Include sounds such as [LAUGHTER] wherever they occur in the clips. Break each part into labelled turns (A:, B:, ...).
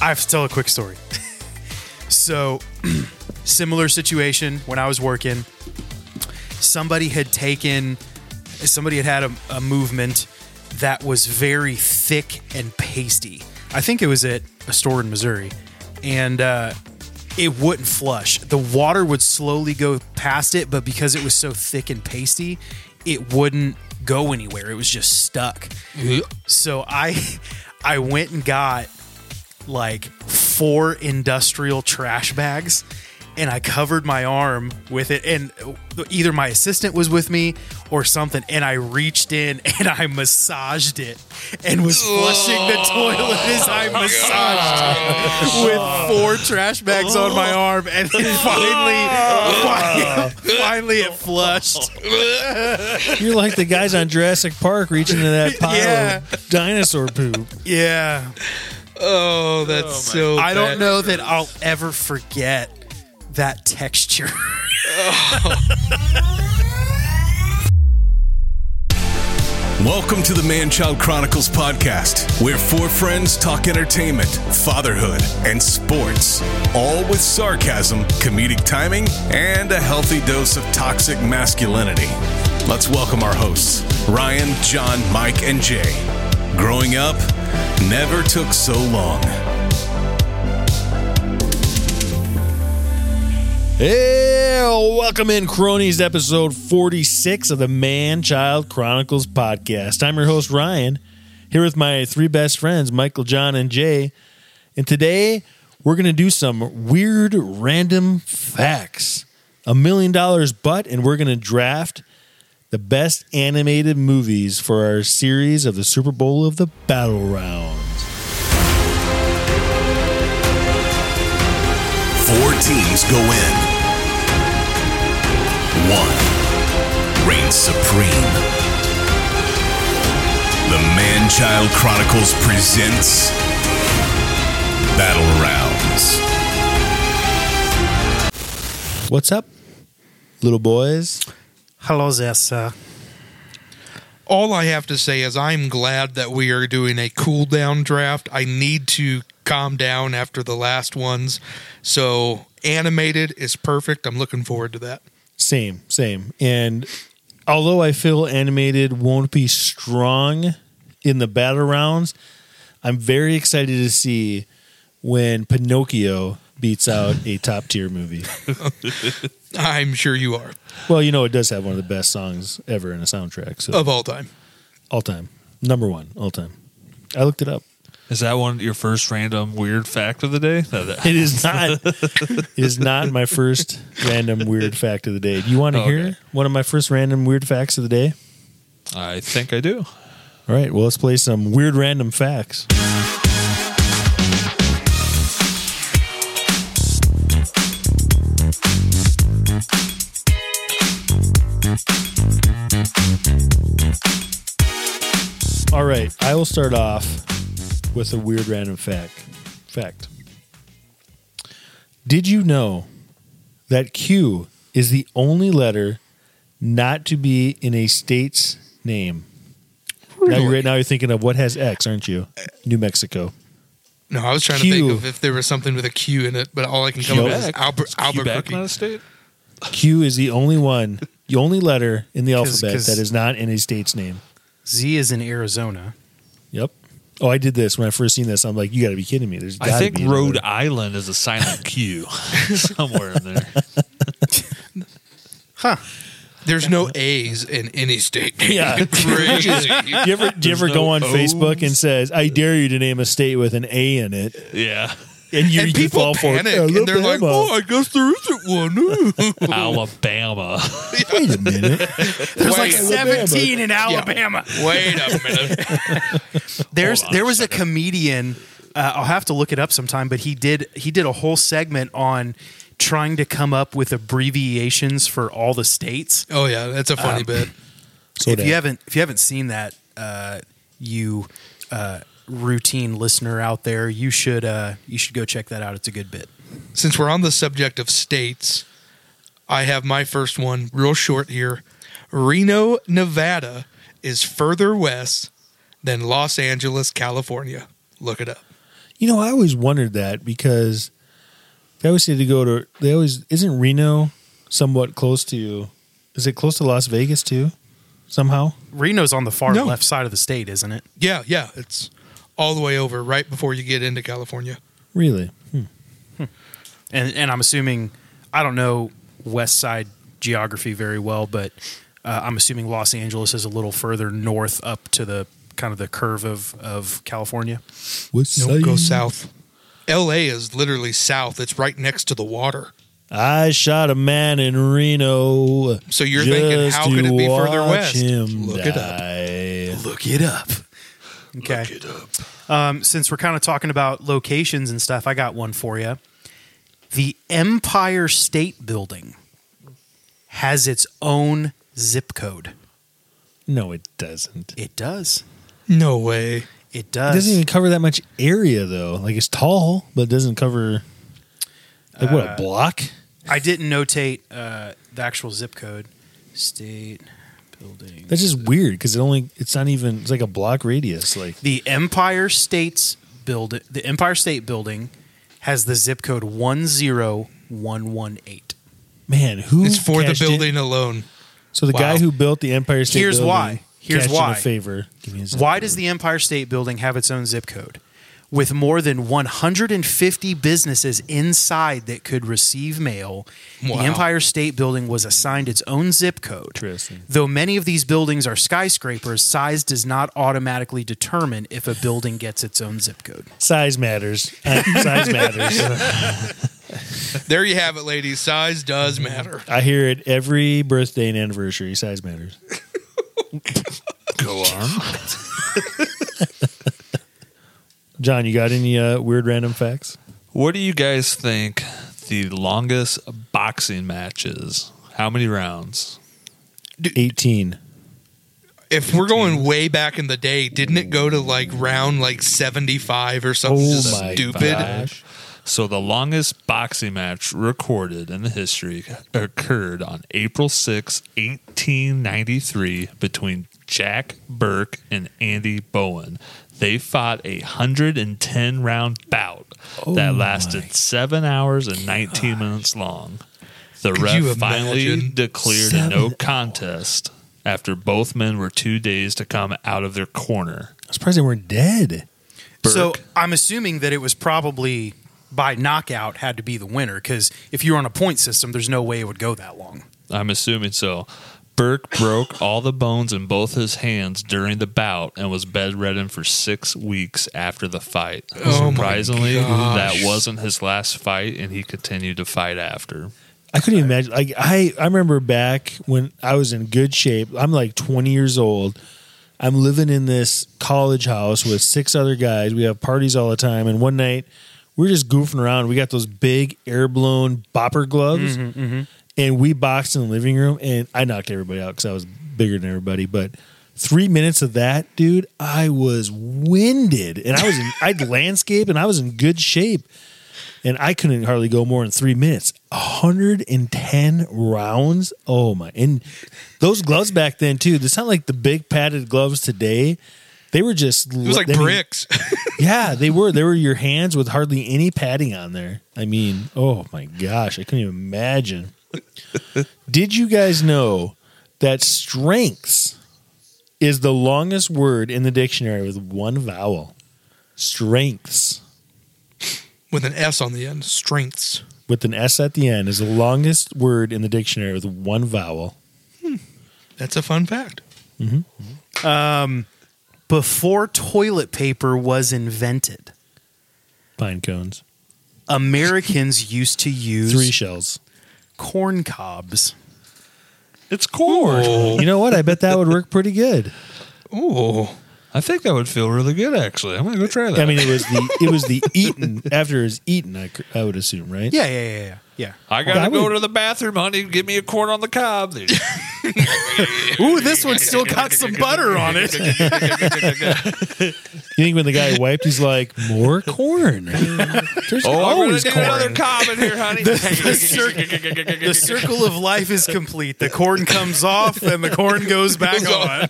A: I have to tell a quick story. [LAUGHS] so, [CLEARS THROAT] similar situation when I was working. Somebody had taken, somebody had had a, a movement that was very thick and pasty. I think it was at a store in Missouri, and uh, it wouldn't flush. The water would slowly go past it, but because it was so thick and pasty, it wouldn't go anywhere. It was just stuck. So I [LAUGHS] I went and got like four industrial trash bags and I covered my arm with it and either my assistant was with me or something and I reached in [LAUGHS] and I massaged it and was flushing the toilet as
B: Oh
A: I massaged it with four trash bags on my
B: Oh.
A: arm and then finally
B: [LAUGHS]
A: finally, finally it flushed.
C: You're like the guys on Jurassic Park reaching into that pile
A: Yeah.
C: of dinosaur poop.
A: Yeah.
B: Oh, that's so.
A: I
B: bad.
A: don't know that I'll ever forget that texture. [LAUGHS]
D: Welcome to the Man Child Chronicles podcast, where four friends talk entertainment, fatherhood, and sports, all with sarcasm, comedic timing, and a healthy dose of toxic masculinity. Let's welcome our hosts, Ryan, John, Mike, and Jay. Growing up never took so long.
C: Hey, welcome in, cronies, to episode 46 of the Man Child Chronicles podcast. I'm your host, Ryan, here with my three best friends, Michael, John, and Jay. And today we're going to do some weird random facts. A million dollars butt, and we're going to draft the best animated movies for our series of the Super Bowl of the Battle Round.
D: Four teams go in. One reigns supreme. The Man Child Chronicles presents Battle Rounds.
C: What's up, little boys?
A: Hello there, sir.
B: All I have to say is I'm glad that we are doing a cool down draft. I need to calm down after the last ones. So animated is perfect. I'm looking forward to that.
C: Same, same. And although I feel animated won't be strong in the battle rounds, I'm very excited to see when Pinocchio beats out a top tier [LAUGHS] movie.
B: I'm sure you are
C: Well, you know it does have one of the best songs ever in a soundtrack. So
B: of all time.
C: all time, number one, all time. I looked it up.
E: Is that one your first random weird fact of the day? No, that-
C: It is [LAUGHS] not. it is not my first random weird fact of the day. Do you want to
E: Okay.
C: hear one of my first random weird facts of the day?
E: I think I do.
C: All right. Well, let's play some weird random facts. All right. I will start off with a weird random fact. Fact. Did you know that Q is the only letter not to be in a state's name? Now you're, right now you're thinking of what has X, aren't you? New Mexico.
B: No, I was trying
C: Q.
B: to think of if there was something with a Q in it, but all I can come up with is
E: Quebec?
B: Albert,
E: Is Quebec
B: Albuquerque.
E: not a state?
C: Q is the only one, the only letter in the
A: 'Cause-
C: alphabet
A: 'cause-
C: that is not in a state's name.
A: Z is in Arizona.
C: Yep. Oh, I did this when I first seen this. I'm like, you got to be kidding me. There's
E: I
C: gotta
E: think
C: be another-
E: Rhode Island is a [LAUGHS] silent Q somewhere in there.
B: There's no A's in any state.
C: [LAUGHS]
B: [LAUGHS]
C: Yeah.
B: Crazy.
C: Do you ever, do you ever go on
E: There's no
C: Facebook and
E: O's.
C: says, "I dare you to name a state with an A in it,"
E: [LAUGHS] Yeah.
C: and you,
B: and
C: you
B: people
C: fall for it?
B: panic
C: Alabama.
B: and they're like, "Oh, I guess there isn't
C: [LAUGHS]
B: one."
E: Alabama.
C: wait a minute,
A: There's like
B: Wait.
A: 17 in Alabama.
B: Wait a minute.
A: There's
E: Hold on
A: there
E: a
A: was a comedian. Uh, I'll have to look it up sometime, but he did he did a whole segment on trying to come up with abbreviations for all the states.
B: Oh yeah, that's a
C: Uh,
B: funny bit.
C: so
A: if you haven't if you haven't seen that, uh, you uh, routine listener out there, you should uh, you should go check that out. It's a good bit.
B: Since we're on the subject of states, I have my first one real short here. Reno, Nevada is further west than Los Angeles, California. Look it up.
C: You know, I always wondered that because they always say to go to. They always isn't Reno somewhat close to? Is it close to Las Vegas too? Somehow.
A: Reno's on the far
B: No.
A: left side of the state, isn't it?
B: Yeah, yeah. It's all the way over right before you get into California.
C: Really?
A: And and I'm assuming I don't know west side geography very well, but uh, I'm assuming Los Angeles is a little further north up to the kind of the curve of of California.
C: What's
B: Nope, go south. L.A. is literally south. It's right next to the water.
C: I shot a man in Reno.
B: So you're thinking, how could it be further west? Look it up.
C: it up.
A: Look it up. Okay. Um, since we're kind of talking about locations and stuff, I got one for you. The Empire State Building has its own zip code.
C: No, it doesn't.
A: It does.
B: No way.
A: It
C: It
A: does.
C: doesn't even cover that much area though. Like it's tall, but it doesn't cover like what a
B: Uh,
C: block.
A: I didn't notate uh, the actual zip code. State building.
C: That's just weird because it only it's not even it's like a block radius. Like
A: The Empire State's building. The Empire State Building has the zip code one zero one one eight.
C: man, who
B: It's for the
C: cashed in-
B: building alone.
C: So the guy
B: Wow.
C: who built the Empire State
A: Here's
C: Building
A: why. Here's
C: cashed
A: why.
C: In a favor. Give me a second.
A: Why does the Empire State Building have its own zip code? With more than 150 businesses inside that could receive mail,
B: Wow.
A: the Empire State Building was assigned its own zip code.
C: Interesting.
A: Though many of these buildings are skyscrapers, size does not automatically determine if a building gets its own zip code.
C: size matters? Uh, size matters.
B: There you have it, ladies. Size does matter.
C: I hear it every birthday and anniversary. Size matters.
E: Go on.
C: John, you got any uh, weird random facts?
E: What do you guys think the longest boxing match is? How many rounds?
C: Eighteen.
B: If we're going way back in the day, didn't it go to like round like 75 or something
C: Oh
B: just
C: my
B: stupid?
C: gosh.
E: So the longest boxing match recorded in the history occurred on April 6, 1893 between Jack Burke and Andy Bowen. They fought a 110 round bout
B: Oh
E: that lasted 7 hours and 19 minutes long. The
B: Could you
E: ref finally
B: imagine?
E: declared a
C: Seven
E: no contest after both men were 2 days to come out of their corner.
C: I'm surprised they weren't dead.
A: So
E: Burke.
A: I'm assuming that it was probably by knockout had to be the winner because if you're on a point system, there's no way it would go that long.
E: I'm assuming so. Burke
B: [LAUGHS]
E: broke all the bones in both his hands during the bout and was bedridden for six weeks after the fight.
B: Oh my
E: Surprisingly,
B: gosh.
E: that wasn't his last fight, and he continued to fight after.
C: I couldn't even imagine. Like I, I remember back when I was in good shape. I'm like 20 years old. I'm living in this college house with six other guys. We have parties all the time. And one night, we're just goofing around. We got those big air blown bopper gloves, and we boxed in the living room. And I knocked everybody out because I was bigger than everybody. But three minutes of that, dude, I was winded, and I was in, I'd
B: [LAUGHS]
C: landscape, and I was in good shape and I couldn't hardly go more than three minutes. 110 rounds. Oh my! And those gloves back then too. It's not like the big padded gloves today. They were just.
B: It was like bricks. [LAUGHS]
C: yeah, they were. They were your hands with hardly any padding on there. I mean, oh my gosh, I couldn't even imagine. Did you guys know that strengths is the longest word in the dictionary with one vowel? Strengths.
B: with an S on the end. Strengths.
C: with an S at the end is the longest word in the dictionary with one vowel.
B: That's a fun
E: [LAUGHS]
B: fact.
A: Before toilet paper was invented,
C: Pine cones.
A: Americans used to use
C: Three shells.
A: corn cobs.
E: It's corn.
C: You know what? I bet that would work pretty good.
B: Oh,
E: I think that would feel really good, actually. I'm going to go try that.
C: I mean, it was the it was the eaten after it was eaten. I, cr- I would assume, right?
A: Yeah, yeah, yeah, yeah. yeah.
E: I got to
C: That
E: go
C: would-
E: to the bathroom, honey. Give me a corn on the cob.
C: [LAUGHS]
A: Ooh, this one's still got some butter on it.
C: You think when the guy wiped, he's like,
A: [LAUGHS]
C: more corn. There's
E: oh, I'm going to
C: always
E: do
C: corn.
E: another cob in
C: [LAUGHS]
E: here, honey. [LAUGHS]
A: The circle of life is complete. The corn comes off and the corn goes back on.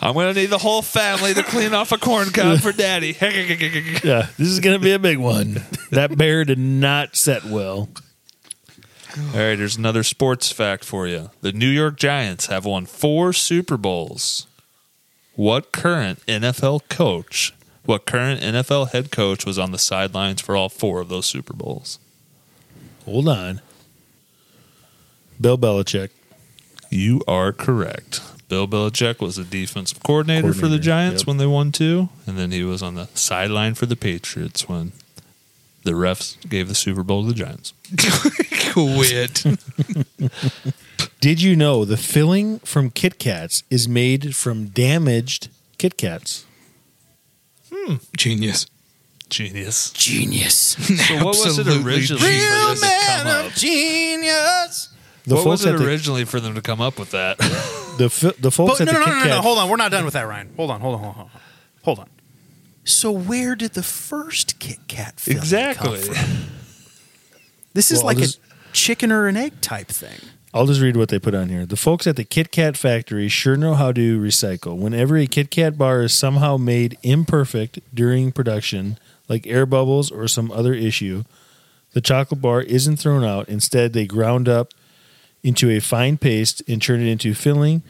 E: I'm going to need the whole family to clean off a corn cob for daddy. [LAUGHS]
C: Yeah, this is going to be a big one. That bear did not set well.
E: All right, here's another sports fact for you. The New York Giants have won four Super Bowls. What current NFL coach, what current NFL head coach was on the sidelines for all four of those Super Bowls?
C: Hold on. Bill Belichick.
E: You are correct. Bill Belichick was the defensive coordinator, for the
C: Coordinator,
E: Giants
C: yep.
E: when they won two, and then he was on the sideline for the Patriots when the refs gave the Super Bowl to the Giants.
B: [LAUGHS]
C: [LAUGHS]
B: Quit.
C: Did you know the filling from Kit Kats is made from damaged Kit Kats?
B: Genius.
E: Genius.
A: Genius.
E: So what was it
B: Absolutely
E: originally? for them to come up?
A: genius.
C: The
E: what was
C: folks
E: it
C: at the-
E: originally for them to come up with that?
C: The, fi- the folks
A: But no, no,
C: at the
A: no,
C: Kit
A: no,
C: Kat.
A: no. Hold on. We're not done with that, Ryan. Hold on. Hold on. Hold on. Hold on. Hold on. So where did the first Kit Kat filling
E: Exactly.
A: come from? This is
C: Well,
A: like
C: this-
A: a chicken or an egg type thing.
C: I'll just read what they put on here. The folks at the Kit Kat factory sure know how to recycle. Whenever a Kit Kat bar is somehow made imperfect during production, like air bubbles or some other issue, the chocolate bar isn't thrown out. Instead, they ground up into a fine paste and turn it into filling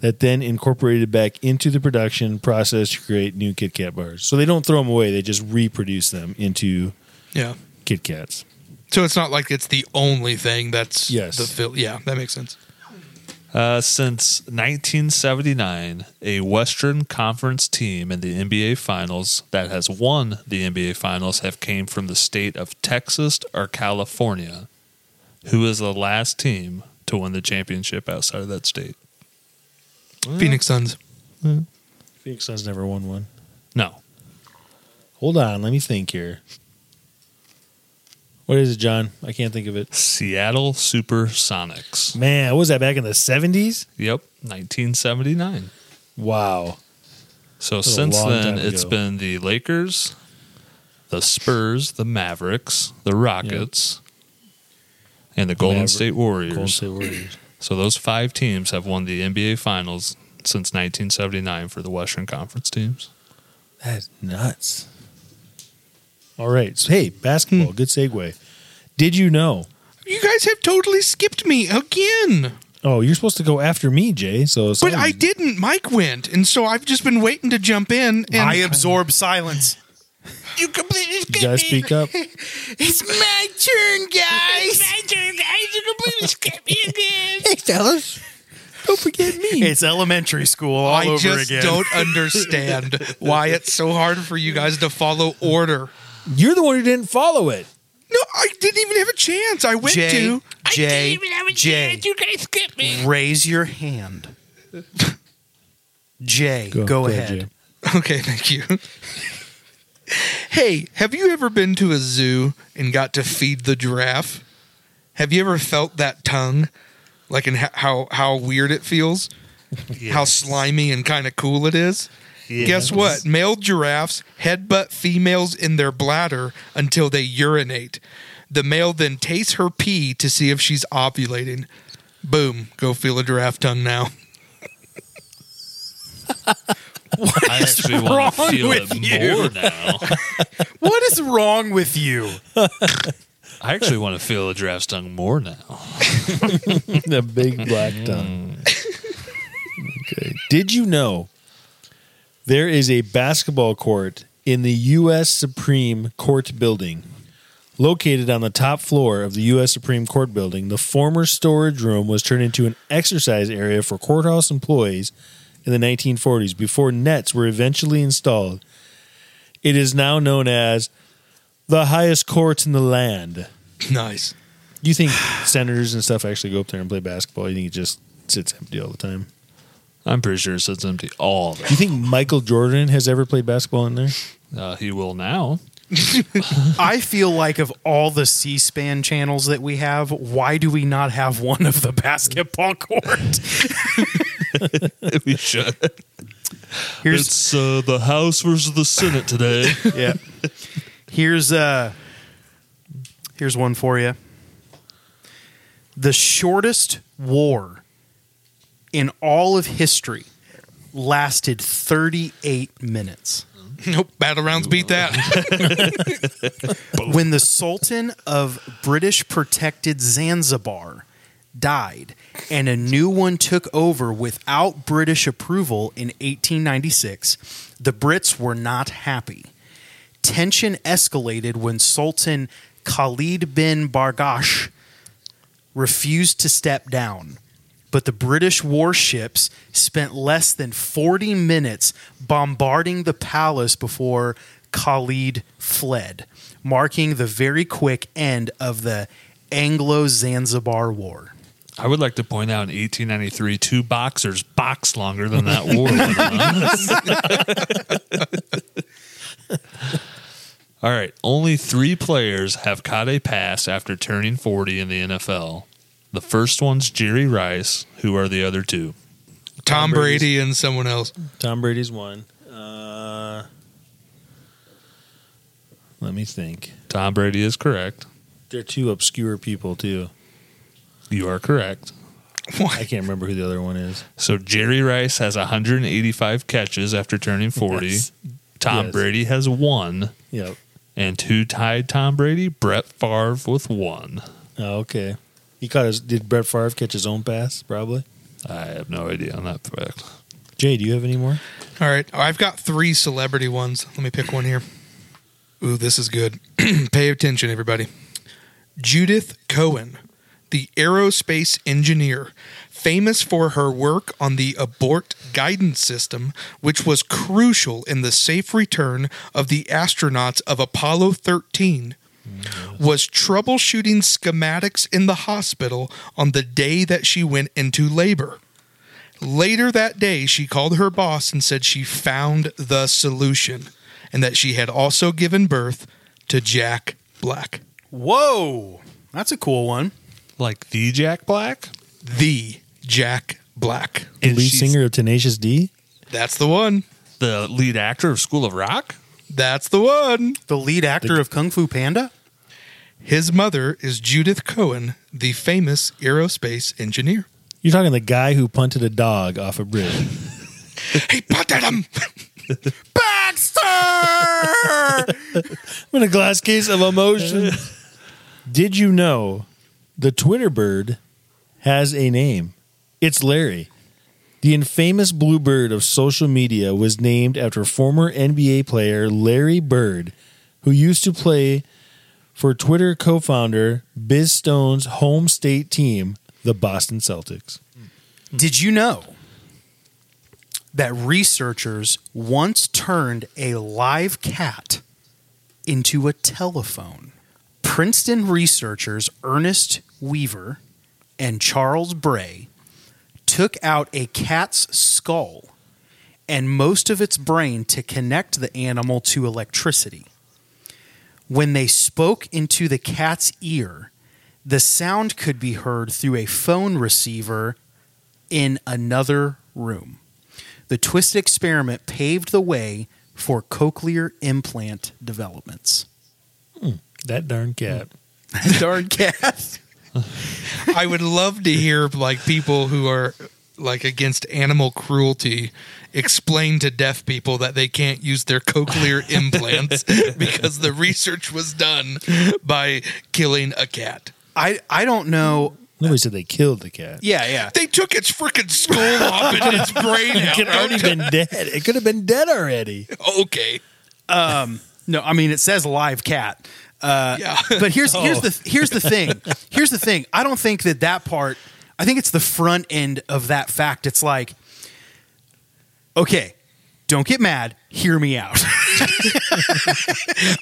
C: that then incorporated back into the production process to create new Kit Kat bars. So they don't throw them away, they just reproduce them into
B: Yeah.
C: Kit Kats.
B: So it's not like it's the only thing that's
C: Yes.
B: the fill. Yeah, that makes sense.
E: Uh, since 1979, a Western Conference team in the NBA Finals that has won the NBA Finals have came from the state of Texas or California. Who is the last team to win the championship outside of that state?
B: Phoenix Suns.
C: Phoenix Suns never won one.
E: No.
C: Hold on, let me think here. What is it, John? I can't think of it.
E: Seattle Supersonics.
C: Man, what was that back in the seventies?
E: Yep, 1979.
C: Wow.
E: So
C: a
E: since
C: long
E: then,
C: time
E: it's
C: ago.
E: been the Lakers, the Spurs, the Mavericks, the Rockets, and the Golden
C: Maver-
E: State Warriors.
C: Golden State Warriors.
E: So those five teams have won the NBA Finals since 1979 for the Western Conference teams.
C: That's nuts. All right. So, hey, basketball. Good segue. Did you know?
B: You guys have totally skipped me again.
C: Oh, you're supposed to go after me, Jay. So,
B: But I didn't. Mike went, and so I've just been waiting to jump in. And
A: I absorb silence.
B: you completely skipped
C: You gotta speak up.
A: It's my turn, guys.
F: Hey, fellas. Don't forget me.
A: [LAUGHS] it's elementary school all
B: I
A: over
B: just
A: again.
B: don't
A: [LAUGHS]
B: understand why it's so hard for you guys to follow order.
C: You're the one who didn't follow it.
B: No, I didn't even have a chance. I went
A: Jay,
B: to.
A: Jay,
F: Jay.
A: Jay,
F: You guys skip me.
A: raise your hand. [LAUGHS] Jay, go, ahead.
C: Jay.
B: [LAUGHS] Okay, thank you. hey, have you ever been to a zoo and got to feed the giraffe? Have you ever felt that tongue? Like in ho- how how weird it feels? How slimy and kind of cool it is? Guess what? Male giraffes headbutt females in their bladder until they urinate. The male then tastes her pee to see if she's ovulating. Boom, go feel a giraffe tongue now. [LAUGHS]
E: I
C: [LAUGHS]
E: actually want to
A: wrong
E: feel
A: with
E: it
A: you?
E: more now.
A: What [LAUGHS] is wrong with you?
E: I actually want to feel a draft tongue more now.
C: [LAUGHS] the big black tongue. okay. Did you know there is a basketball court in the U.S. Supreme Court building? Located on the top floor of the U.S. Supreme Court building, the former storage room was turned into an exercise area for courthouse employees in the 1940s before nets were eventually installed. It is now known as the highest court in the land.
B: Nice.
C: Do you think senators and stuff actually go up there and play basketball? You think it just sits empty all the time?
E: I'm pretty sure it sits empty all the
C: Do you think Michael Jordan has ever played basketball in there?
E: uh, He
C: [LAUGHS]
E: will now.
A: I feel like of all the C-SPAN channels that we have, why do we not have one of the basketball court?
E: we should.
A: Here's
E: It's uh, the House versus the Senate today.
A: yeah. Here's uh here's one for you. The shortest war in all of history lasted 38 minutes.
B: Nope, battle rounds beat that.
A: When the Sultan of British protected Zanzibar died and a new one took over without British approval in 1896, the Brits were not happy. Tension escalated when Sultan Khalid bin Bargash refused to step down. But the British warships spent less than 40 minutes bombarding the palace before Khalid fled, marking the very quick end of the Anglo Zanzibar War.
E: I would like to point out in 1893, two boxers boxed longer than that war. went on. All right. Only three players have caught a pass after turning 40 in the NFL. The first one's Jerry Rice. Who are the other two?
B: Tom Brady and someone else.
C: Tom Brady's one. Uh, let me think.
E: Tom Brady is correct.
C: They're two obscure people too.
E: You are correct.
C: I can't remember who the other one is.
E: So Jerry Rice has 185 catches after turning 40.
C: Yes.
E: Tom
C: Yes.
E: Brady has one.
C: Yep.
E: And who tied Tom Brady? Brett Favre with one.
C: Oh, okay. He caught his. Did Brett Favre catch his own pass? Probably.
E: I have no idea on that fact.
C: Jay, do you have any more?
B: All right, I've got three celebrity ones. Let me pick one here. Ooh, this is good. [CLEARS THROAT] Pay attention, everybody. Judith Cohen, the aerospace engineer, famous for her work on the abort guidance system, which was crucial in the safe return of the astronauts of Apollo 13, was troubleshooting schematics in the hospital on the day that she went into labor. Later that day, she called her boss and said she found the solution and that she had also given birth to Jack Black.
A: Whoa, that's a cool one.
E: Like the Jack Black?
B: The Jack Black.
C: The
E: And
C: lead
E: she's
C: singer of Tenacious D.
B: That's the one.
E: The lead actor of School of Rock?
B: That's the one.
A: The lead actor of Kung Fu Panda?
B: His mother is Judith Cohen, the famous aerospace engineer.
C: You're talking the guy who punted a dog off a bridge.
B: He punted him.
C: I'm in a glass case of emotion. [LAUGHS] Did you know the Twitter bird has a name? It's Larry. The infamous bluebird of social media was named after former NBA player Larry Bird, who used to play for Twitter co founder Biz Stone's home state team, the Boston Celtics.
A: Did you know that researchers once turned a live cat into a telephone? Princeton researchers Ernest Weaver and Charles Bray took out a cat's skull and most of its brain to connect the animal to electricity. When they spoke into the cat's ear, the sound could be heard through a phone receiver in another room. The twisted experiment paved the way for cochlear implant [LAUGHS] developments.
C: That darn cat.
A: Darn cat.
B: I would love to hear like people who are like against animal cruelty explain to deaf people that they can't use their cochlear implants because the research was done by killing a cat.
A: I, I don't know.
C: Nobody said they killed the cat.
A: Yeah, yeah.
B: They took its freaking skull off and its brain
C: It could have
B: out.
C: already been dead. It could have been dead already.
B: Okay.
A: No, I mean it says live cat. Uh,
B: Yeah.
A: But [LAUGHS] here's here's the here's the thing. Here's the thing. I don't think that that part. I think it's the front end of that fact. It's like, okay, don't get mad. Hear me out. [LAUGHS]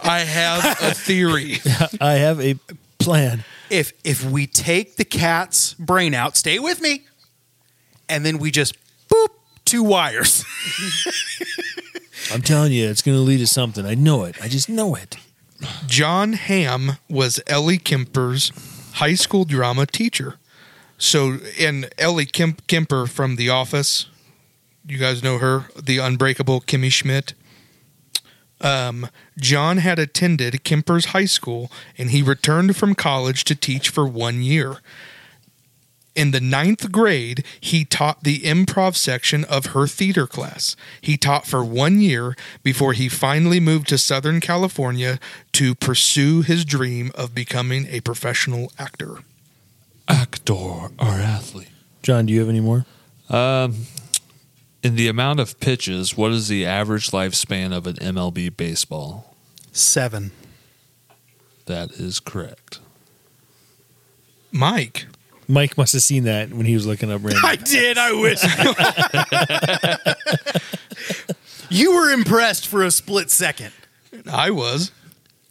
B: I have a theory.
C: I have a plan.
A: if if we take the cat's brain out, stay with me, and then we just boop two wires. [LAUGHS]
C: I'm telling you, it's going to lead to something. I know it. I just know it.
B: John Hamm was Ellie Kemper's high school drama teacher. So, and Ellie Kemp, Kemper from The Office, you guys know her, the unbreakable Kimmy Schmidt. Um, John had attended Kemper's high school and he returned from college to teach for one year. In the ninth grade, he taught the improv section of her theater class. He taught for one year before he finally moved to Southern California to pursue his dream of becoming a professional actor.
E: Actor or athlete.
C: John, do you have any more?
E: Um, in the amount of pitches, what is the average lifespan of an MLB baseball?
A: Seven.
E: That is correct.
B: Mike.
C: Mike must have seen that when he was looking up [LAUGHS] random.
A: did. I wish. you were impressed for a split second.
B: I was.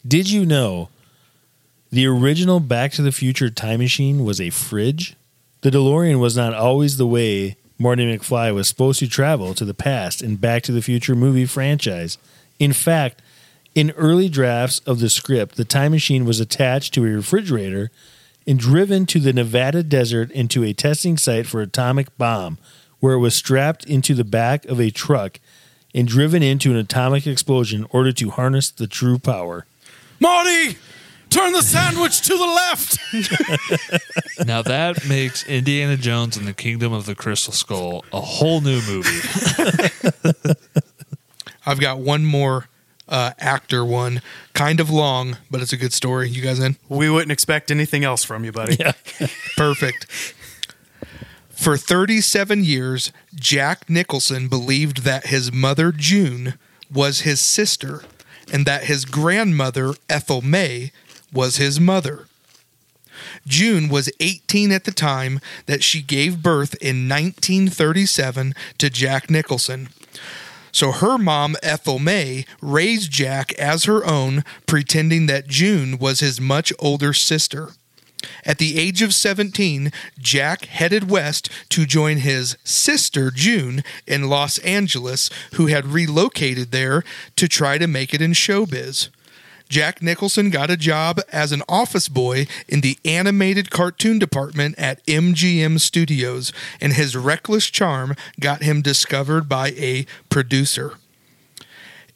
C: Did you know the original Back to the Future time machine was a fridge? The DeLorean was not always the way Marty McFly was supposed to travel to the past in Back to the Future movie franchise. In fact, in early drafts of the script, the time machine was attached to a refrigerator and driven to the Nevada desert into a testing site for atomic bomb, where it was strapped into the back of a truck and driven into an atomic explosion in order to harness the true power.
A: Marty, turn the sandwich to the left.
E: Now that [LAUGHS] makes Indiana Jones and the Kingdom of the Crystal Skull a whole new movie.
B: I've got one more uh, actor one, kind of long, but it's a good story. You guys in?
A: We wouldn't expect anything else from you, buddy.
B: Perfect. For 37 years, Jack Nicholson believed that his mother, June, was his sister and that his grandmother, Ethel May, was his mother. June was 18 at the time that she gave birth in 1937 to Jack Nicholson. So her mom, Ethel May, raised Jack as her own, pretending that June was his much older sister. At the age of 17, Jack headed west to join his sister June in Los Angeles, who had relocated there to try to make it in showbiz. Jack Nicholson got a job as an office boy in the animated cartoon department at MGM Studios, and his reckless charm got him discovered by a producer.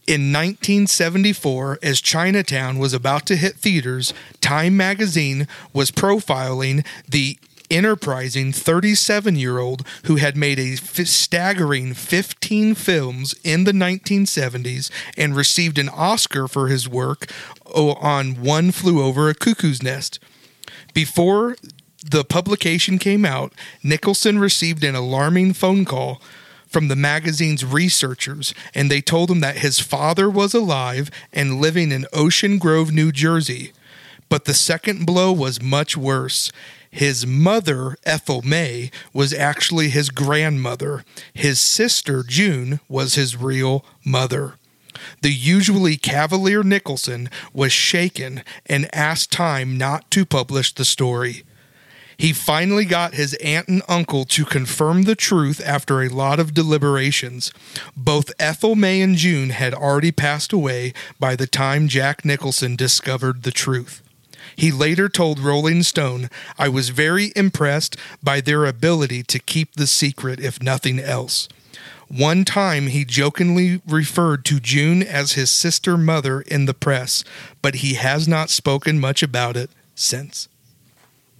B: In 1974, as Chinatown was about to hit theaters, Time magazine was profiling the enterprising 37 year old who had made a f- staggering 15 films in the 1970s and received an Oscar for his work o- on One Flew Over a Cuckoo's Nest. Before the publication came out, Nicholson received an alarming phone call from the magazine's researchers, and they told him that his father was alive and living in Ocean Grove, New Jersey. But the second blow was much worse. His mother, Ethel May, was actually his grandmother. His sister, June, was his real mother. The usually cavalier Nicholson was shaken and asked Time not to publish the story. He finally got his aunt and uncle to confirm the truth after a lot of deliberations. Both Ethel May and June had already passed away by the time Jack Nicholson discovered the truth. He later told Rolling Stone, I was very impressed by their ability to keep the secret, if nothing else. One time he jokingly referred to June as his sister mother in the press, but he has not spoken much about it since.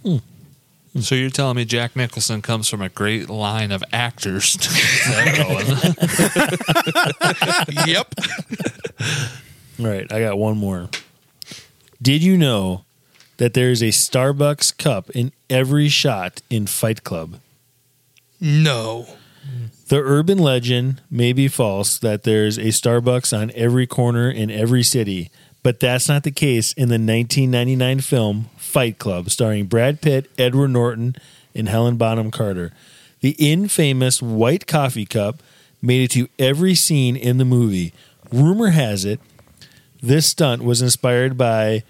E: So you're telling me Jack Nicholson comes from a great line of actors? That [LAUGHS] going.
B: yep.
C: All right, I got one more. Did you know that there is a Starbucks cup in every shot in Fight Club?
B: No.
C: The urban legend may be false that there's a Starbucks on every corner in every city, but that's not the case in the 1999 film Fight Club, starring Brad Pitt, Edward Norton, and Helen Bonham Carter. The infamous white coffee cup made it to every scene in the movie. Rumor has it this stunt was inspired by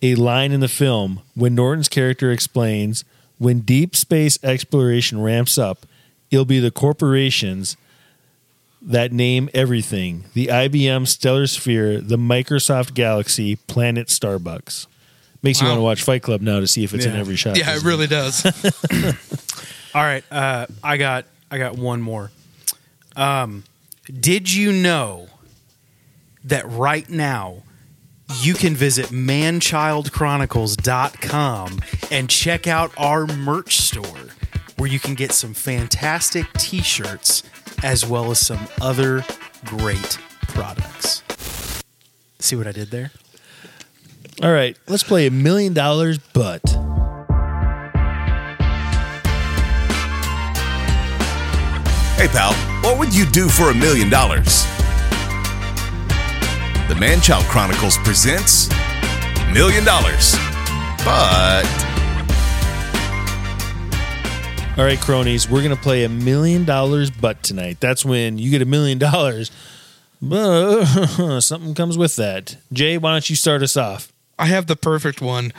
C: a line in the film when Norton's character explains when deep space exploration ramps up, it'll be the corporations that name everything the IBM Stellar Sphere, the Microsoft Galaxy, Planet Starbucks. Makes you
B: Wow.
C: want to watch Fight Club now to see if it's in
A: Yeah.
C: every shot.
B: Yeah, it
C: doesn't it?
B: really does.
A: All right, uh, I got I got one more. Um, did you know that right now you can visit manchildchronicles.com and check out our merch store where you can get some fantastic t shirts as well as some other great products. See what I did there?
C: All right, let's play a million dollars, but
D: Hey, pal, what would you do for a million dollars? The Manchild Chronicles presents Million Dollars. But
C: all right, cronies, we're gonna play a million dollars, but tonight. That's when you get a million dollars, [LAUGHS] but something comes with that. Jay, why don't you start us off?
B: I have the perfect one.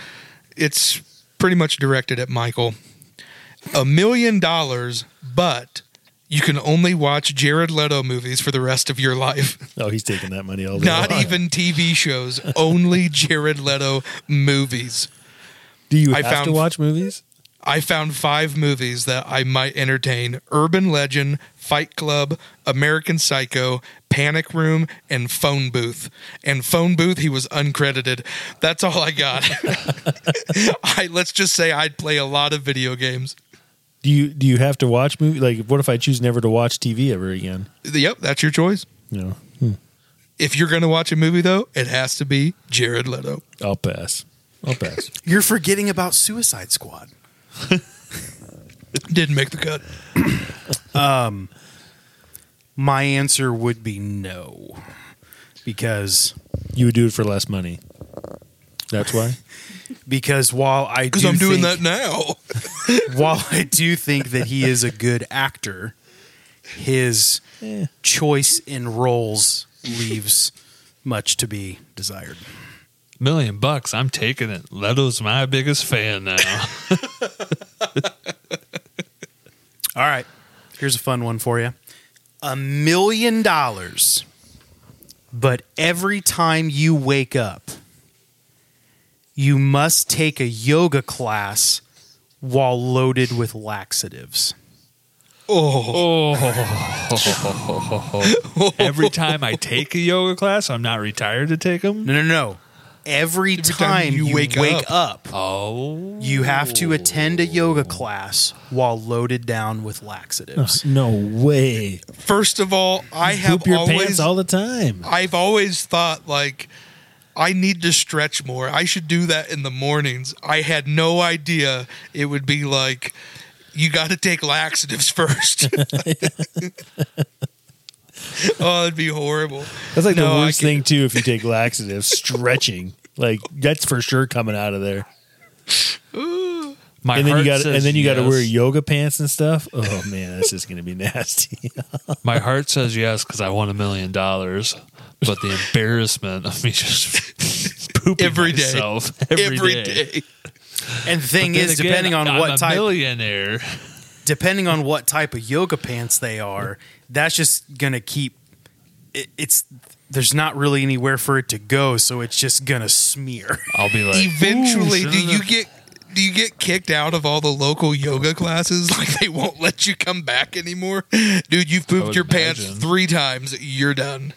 B: It's pretty much directed at Michael. A million dollars, but you can only watch Jared Leto movies for the rest of your life. [LAUGHS]
C: Oh, he's taking that money all day.
B: Not
C: long.
B: even TV shows, only Jared Leto movies.
C: Do you
B: I
C: have
B: found-
C: to watch movies?
B: I found five movies that I might entertain Urban Legend, Fight Club, American Psycho, Panic Room, and Phone Booth. And Phone Booth, he was uncredited. That's all I
C: [LAUGHS]
B: got. I, let's just say I'd play a lot of video games.
C: Do you do you have to watch movies? Like, what if I choose never to watch TV ever again?
B: Yep, that's your choice.
C: No,
B: If you're going to watch a movie, though, it has to be Jared Leto.
C: I'll pass. I'll
E: [LAUGHS]
C: pass.
A: You're forgetting about Suicide Squad.
B: Didn't make the cut.
A: My answer would be no, because
C: you would do it for less money. That's why.
A: because while I
B: Because
A: do
B: I'm doing
A: think-
B: that now.
A: while I do think that he is a good actor, his choice in roles leaves much to be desired.
E: Million bucks, I'm taking it. Leto's my biggest fan now.
A: All right, here's a fun one for you a million dollars, but every time you wake up, you must take a yoga class while loaded with laxatives.
B: Oh.
C: Oh.
E: Every time I take a yoga class, I'm not retired to take them.
A: No, no, no. Every, time, you, wake, up
E: Oh,
A: You have to attend a yoga class while loaded down with [LAUGHS] laxatives.
C: No way.
B: First of all, I have
C: Poop your
B: always
C: pants all the time.
B: I've always thought like I need to stretch more. I should do that in the mornings. I had no idea it would be like you got to take laxatives [LAUGHS] first. oh, it'd be horrible.
C: That's like
B: No,
C: the
B: I
C: worst thing too. If you take laxatives, stretching like that's for sure coming out of there.
E: my
C: and then you
E: heart
C: got and
E: says
C: then you got to
E: yes.
C: wear yoga pants and stuff. Oh man, that's just gonna be [LAUGHS] nasty.
E: My heart says yes because I want a million dollars, but the embarrassment of me just [LAUGHS] pooping
B: Every day.
E: myself
B: Every day.
A: And the thing
E: Then
A: is,
E: again,
A: depending on
E: I'm
A: what
E: a
A: type,
E: millionaire.
A: depending on what type of yoga pants they are, that's just gonna keep. It, it's there's not really anywhere for it to go, so it's just gonna [LAUGHS] smear.
E: I'll be like,
B: Eventually,
E: "Ooh,
B: do
E: shouldn't
B: you
E: I-"
B: get do you get kicked out of all the local yoga classes? [LAUGHS] Like they won't let you come back anymore, dude. You've pooped
E: would
B: your pants
E: imagine.
B: three times. You're done.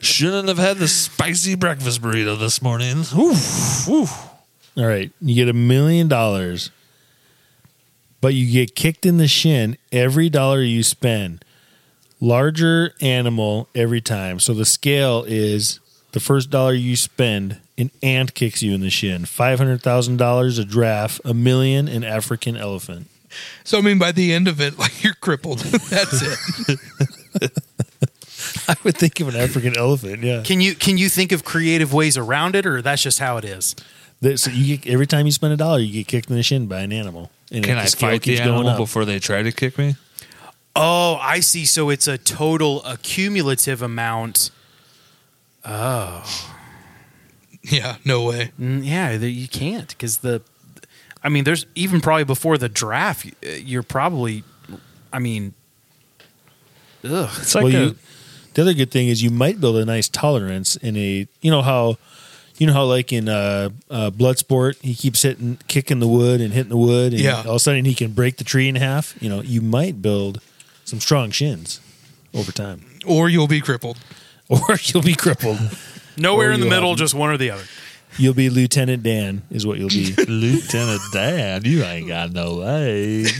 E: shouldn't have had the spicy breakfast burrito this morning? Oof, oof.
C: All right, you get a million dollars, but you get kicked in the shin every dollar you spend. Larger animal every time. So the scale is the first dollar you spend, an ant kicks you in the shin. Five hundred thousand dollars a giraffe, a million an African elephant.
B: So I mean, by the end of it, [LAUGHS] like you're crippled. That's it.
C: I would think of an African elephant. Yeah.
A: Can you can you think of creative ways around it, or that's just how it is?
C: That- So you get every time you spend a dollar, you get kicked in the shin by an animal. And
E: Can
C: the
E: I
C: scale
E: fight the
C: keeps going
E: animal
C: up.
E: before they try to kick me?
A: Oh, I see. So it's a total accumulative amount.
B: Yeah, no way.
A: Mm, Yeah, that you can't because the, I mean, there's even probably before the draft, y- uh, you're probably, I mean, ugh.
E: It's like
C: well,
E: a,
C: you, the other good thing is you might build a nice tolerance in a you know how you know how like in uh, uh Bloodsport he keeps hitting kicking the wood and hitting the wood and
B: Yeah.
C: all of a sudden he can break the tree in half. You know, you might build some strong shins over time.
E: [LAUGHS]
B: Or you'll be crippled.
C: Or you'll be crippled.
A: Nowhere
C: Or
A: in the
C: you
A: middle,
C: haven't.
A: just one or the other.
C: You'll be Lieutenant Dan, is what you'll be.
E: [LAUGHS] Lieutenant Dan, you ain't got no legs.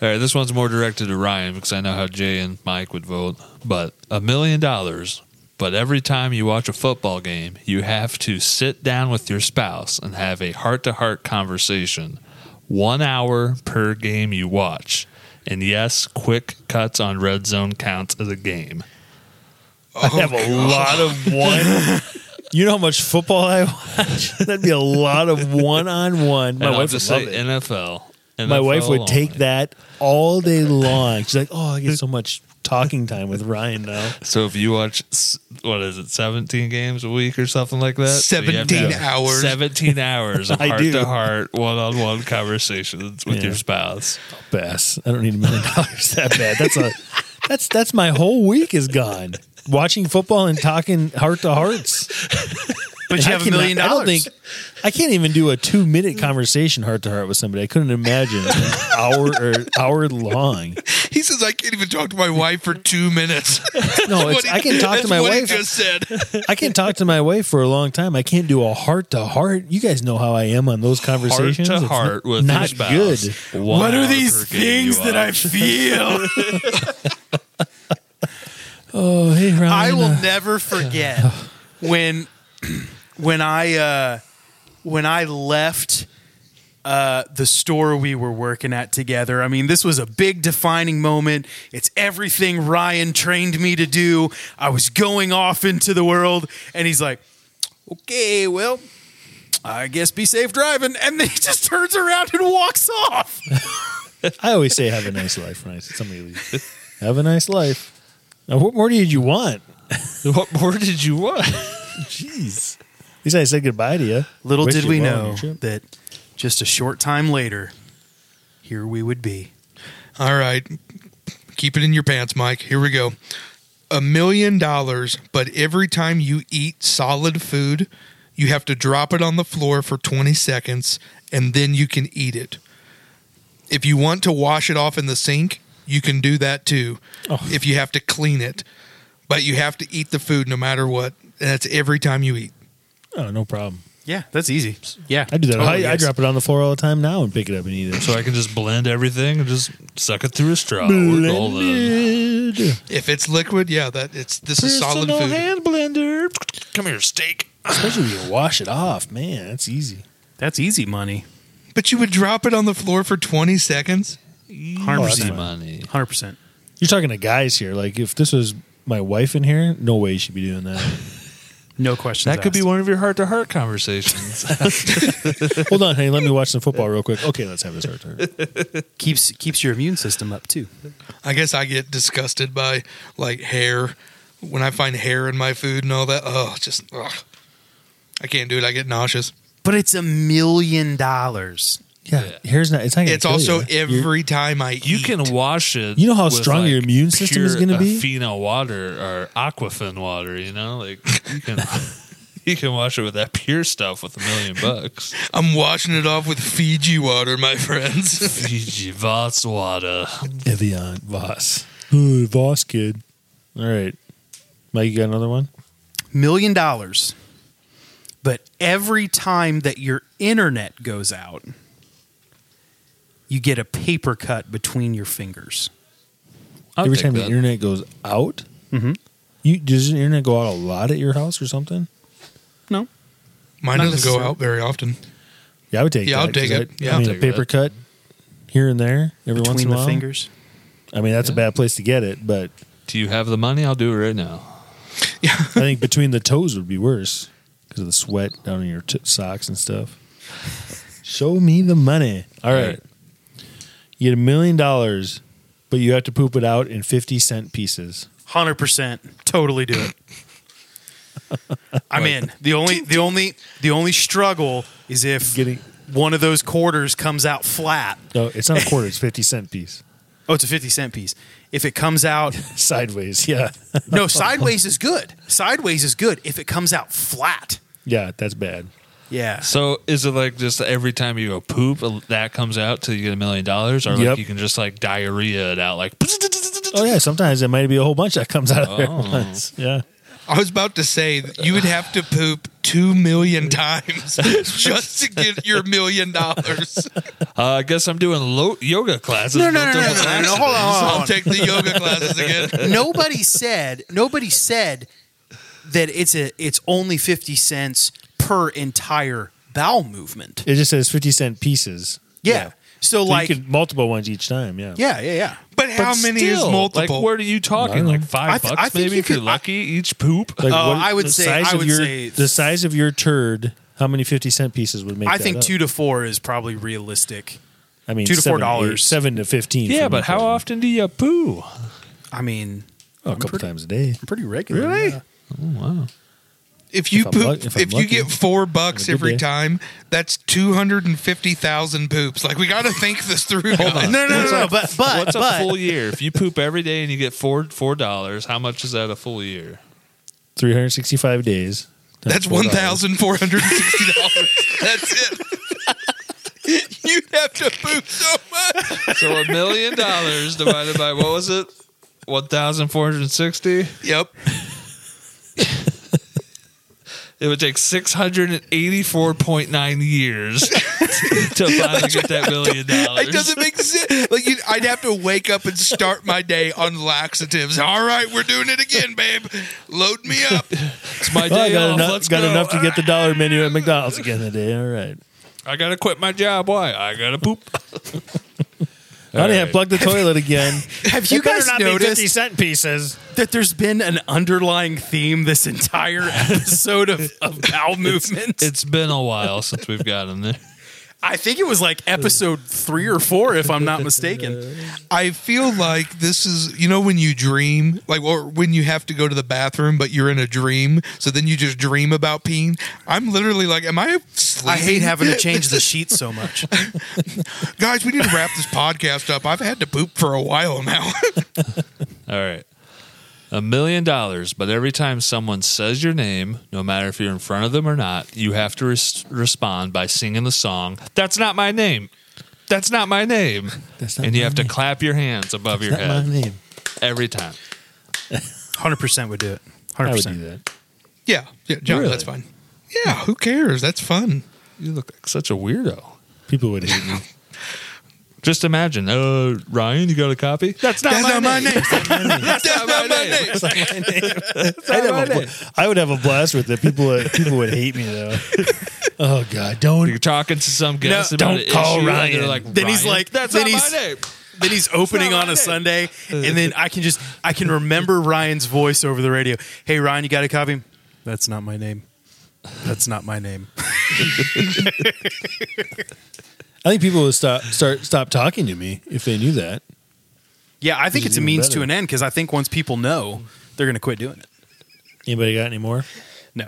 E: All right, this one's more directed to Ryan because I know how Jay and Mike would vote. But a million dollars. But every time you watch a football game, you have to sit down with your spouse and have a heart to heart conversation. One hour per game you watch. And yes, quick cuts on red zone counts as a game.
C: I have a lot of one. You know how much football I [LAUGHS] watch? That'd be a lot of one on one. My
E: and I'll
C: wife would
E: just
C: love
E: say
C: it.
E: NFL.
C: My wife would take
E: that.
C: that all day long. She's like, "Oh, I get so much talking time with Ryan now."
E: So if you watch s- what is it, seventeen games a week or something like that, So you have to
B: 17
E: have
B: hours.
E: [LAUGHS] seventeen hours of
C: I
E: heart
C: do.
E: to heart, one on one conversations with
C: Yeah.
E: your spouse.
C: Bass, I don't need a million dollars that bad. That's a that's that's my whole week is gone watching football and talking heart to hearts.
A: But you
C: I
A: have a
C: cannot-
A: million
C: I
A: dollars.
C: don't think I can't even do a two minute conversation heart to heart with somebody. I couldn't imagine an hour or hour long.
B: He says I can't even talk to my wife for two minutes. [LAUGHS]
C: No, it's, I can talk to my
B: what he
C: wife.
B: just said. [LAUGHS]
C: I can talk to my wife for a long time. I can't do a heart to heart. You guys know how I am on those
E: Heart
C: conversations.
E: to
C: It's
E: heart with your
C: not
E: spouse.
C: good.
E: One hour per game you watch.
A: feel?
C: Oh, hey, Ryan.
A: I will
C: uh, [SIGHS]
A: never forget when [CLEARS THROAT] when I uh, when I left uh, the store we were working at together. I mean, this was a big defining moment. It's everything Ryan trained me to do. I was going off into the world, and he's like, "Okay, well." I guess be safe driving, and [LAUGHS] then he just turns around and walks off.
C: I always say, "Have a nice life." When I see somebody leave, have a nice life. Now, what more did you want?
E: [LAUGHS] What more did you want?
C: Jeez. At least I said goodbye to you.
A: Little
C: Wish
A: did
C: you
A: we
C: well on
A: know
C: your trip.
A: that just a short time later, here we would be.
B: All right. Keep it in your pants, Mike. Here we go. A million dollars, but every time you eat solid food, you have to drop it on the floor for 20 seconds and then you can eat it. If you want to wash it off in the sink, you can do that too.
C: Oh.
B: If you have to clean it, but you have to eat the food no matter what. And that's every time you eat.
C: Oh, no problem.
A: Yeah, that's easy. Yeah,
C: I do that.
A: totally,
C: I, I
A: yes.
C: drop it on the floor all the time now and pick it up and eat it.
E: So I can just blend everything and just suck it through a straw. We're golden.
C: Blended.
B: If it's liquid, yeah, that it's this is solid
E: Personal
B: food.
E: hand blender. Come here, steak.
C: Especially if you wash it off, man. That's easy.
A: That's easy money.
B: But you would drop it on the floor for 20 seconds?
A: Hundred
C: that's
A: percent.
C: fine.
E: Money.
A: Hundred percent.
C: You're talking to guys here. Like if this was my wife in here, no way she'd be doing that.
A: No questions.
E: That could be
A: asked.
E: one of your heart to heart conversations.
C: Hold on, honey. Let me watch some football real quick. Okay, let's have this heart to heart.
A: keeps keeps your immune system up too.
B: I guess I get disgusted by like hair when I find hair in my food and all that. Oh, just ugh. I can't do it. I get nauseous.
A: But it's a million dollars.
C: Yeah, here's not. It's not. gonna
B: It's
C: kill
B: also
C: you. You're-
B: every time I
E: You
B: eat.
E: can wash it.
C: You know how
E: with,
C: strong your immune system is
E: pure
C: gonna be?
E: Phenol water or Aquafin water. You know, like you can [LAUGHS] you can wash it with that pure stuff with a million bucks.
B: I'm washing it off with Fiji water, my [LAUGHS] friends.
E: Fiji Voss water.
C: Evian Voss. Ooh, Voss kid. All right, Mike, you got another one?
A: Million dollars. But every time that your internet goes out, you get a paper cut between your fingers.
E: I'll
C: every
E: take
C: time
E: that.
C: the internet goes out, you does the internet go out a lot at your house or something?
A: No.
B: Mine
A: Not
B: doesn't go
A: necessarily.
B: out very often.
C: Yeah, I would take.
B: Yeah, I'll
C: that, 'cause
B: take it.
C: I,
B: Yeah,
C: I mean
E: I'll
C: a
E: take
C: paper
E: that.
C: cut here and there every once
A: Between
C: in a
A: the
C: while.
A: fingers.
C: I mean, that's a bad place to get it, but
E: Do you have the money? I'll do it right now.
C: I think between the toes would be worse because of the sweat down in your t- socks and stuff. Show me the money. All right.
E: All right.
C: You get a million dollars, but you have to poop it out in 50 cent pieces.
A: Hundred percent, totally do it.
C: [LAUGHS]
A: I'm in. The only, the only, the only struggle is if
C: Getting-
A: one of those quarters comes out flat.
C: No, it's not a quarter, it's 50 cent piece.
A: Oh, it's a fifty cent piece. If it comes out,
C: Sideways. Yeah.
A: no, sideways is good. Sideways is good. If it comes out flat,
C: yeah, that's bad.
A: yeah.
E: So is it like just every time you go uh, poop that comes out till you get a million dollars, or
C: Yep.
E: like [LAUGHS] uh, you can just like diarrhea it out like
B: what?
C: Oh yeah, sometimes it might be a whole bunch that comes out of there
A: Oh.
C: at once. Yeah.
B: I was about to say that you would have to poop two million times [LAUGHS] just to get your million dollars.
E: Uh, I guess I'm doing lo- yoga classes.
A: No, no,
E: with
A: no, no,
E: double
A: no, no,
E: axes.
A: Hold on, hold
B: I'll
A: on.
B: take the yoga classes again.
A: nobody said nobody said that it's a it's only 50 cents per entire bowel movement
C: It just says fifty cent pieces.
A: yeah, so,
C: So
A: like
C: you could multiple ones each time, yeah.
A: yeah yeah yeah
B: But how many is
E: Still,
B: multiple?
E: Like, what are you talking? Like
A: I
E: five
A: th- I
E: bucks,
A: think
E: maybe,
A: you
E: if you're
A: could- I-
E: lucky, each poop?
C: Like,
A: Oh,
C: what-
A: I would
C: the
A: say-
C: size
A: I
C: of
A: would
C: your-
A: say-
C: the size of your turd. How many fifty cent pieces would make?
A: i
C: that
A: think
C: up?
A: two to four is probably realistic
C: I mean,
A: two to four
C: seven eight-
A: dollars.
C: seven to fifteen. for
E: yeah, but
C: me,
E: how
C: probably.
E: often do you poo?
A: i mean
C: Oh, a couple times a day.
A: pretty regular yeah.
B: if you
C: if I'm
B: poop,
C: luck- if
B: if,
C: I'm
B: you
C: lucky.
B: get four bucks
C: Have a good
B: every
C: day.
B: time, that's two hundred and fifty thousand poops. Like we got to think this through. [LAUGHS] guys.
A: no no no, no but but
E: What's
A: but
E: a full year? If you poop every day and you get four four dollars, how much is that a full year?
C: Three hundred sixty-five days. times
B: That's
C: $4.
B: one thousand four hundred sixty
C: [LAUGHS]
B: dollars. That's it. You'd have to poop so much.
E: So a million dollars divided by what was it? One thousand four hundred sixty.
B: Yep.
E: It would take six hundred and eighty four point nine years [LAUGHS] to finally get that million dollars.
B: It
E: [LAUGHS]
B: doesn't make sense. Like you, I'd have to wake up and start my day on laxatives. All right, we're doing it again, babe. Load me up.
E: It's my
C: Oh, I
E: day
C: got
E: off.
C: enough.
E: Let's
C: Got
E: go.
C: enough to get the dollar menu at McDonald's again today. All right.
E: I gotta quit my job. Why? I gotta poop.
C: Honey, I
E: right.
C: plugged the toilet again.
A: [LAUGHS] have you guys
C: fifty
A: noticed
C: cent pieces?
A: that there's been an underlying theme this entire episode of, [LAUGHS] of bowel movements?
E: It's been a while since we've gotten there.
A: I think it was like episode three or four, if I'm not mistaken.
B: I feel like this is, you know, when you dream, like, or when you have to go to the bathroom, but you're in a dream. So then you just dream about peeing. I'm literally like, am I sleeping?
A: I hate having to change the sheet so much.
B: [LAUGHS] Guys, we need to wrap this podcast up. I've had to poop for a while now. [LAUGHS]
E: All right. A million dollars, but every time someone says your name, no matter if you're in front of them or not, you have to res- respond by singing the song, That's not my name. That's not my name.
C: [LAUGHS] That's not
E: and you
C: my
E: have to clap your hands above your
C: Not my
E: head
C: name.
E: every time.
A: 100% would do it. 100%.
C: I would do that.
B: yeah. Yeah. John,
E: Really?
B: that's fine. Yeah. Who cares? That's fun.
E: You look like such a weirdo.
C: People would
A: [LAUGHS]
C: hate me.
E: Just imagine, uh, Ryan, you got a copy? That's not,
B: That's
E: my,
B: not my
E: name.
B: name.
E: That's not my name.
C: I'd
E: my
C: have a,
E: name.
C: bl- I would have a blast with it. People would, people would hate me though. [LAUGHS] Oh God!
E: You're
C: Don't
E: talking to some guest
A: No,
E: about
C: don't
E: an
C: call
E: issue, and they're
C: Ryan.
E: like,
A: Then he's
E: "Ryan?
A: like-
E: That's
A: then
E: not
A: he's-
E: my name.
A: Then he's opening
E: not
A: on
E: my
A: a
E: name.
A: Sunday, and then I can just, I can remember Ryan's voice over the radio. Hey, Ryan, you got a copy? That's not my name. That's not my name.
C: I think people would stop start stop talking to me if they knew that.
A: Yeah, I think
C: This
A: it's
C: is
A: a
C: even
A: means
C: better.
A: to an end because I think once people know, they're going to quit doing it.
C: Anybody got any more?
A: No.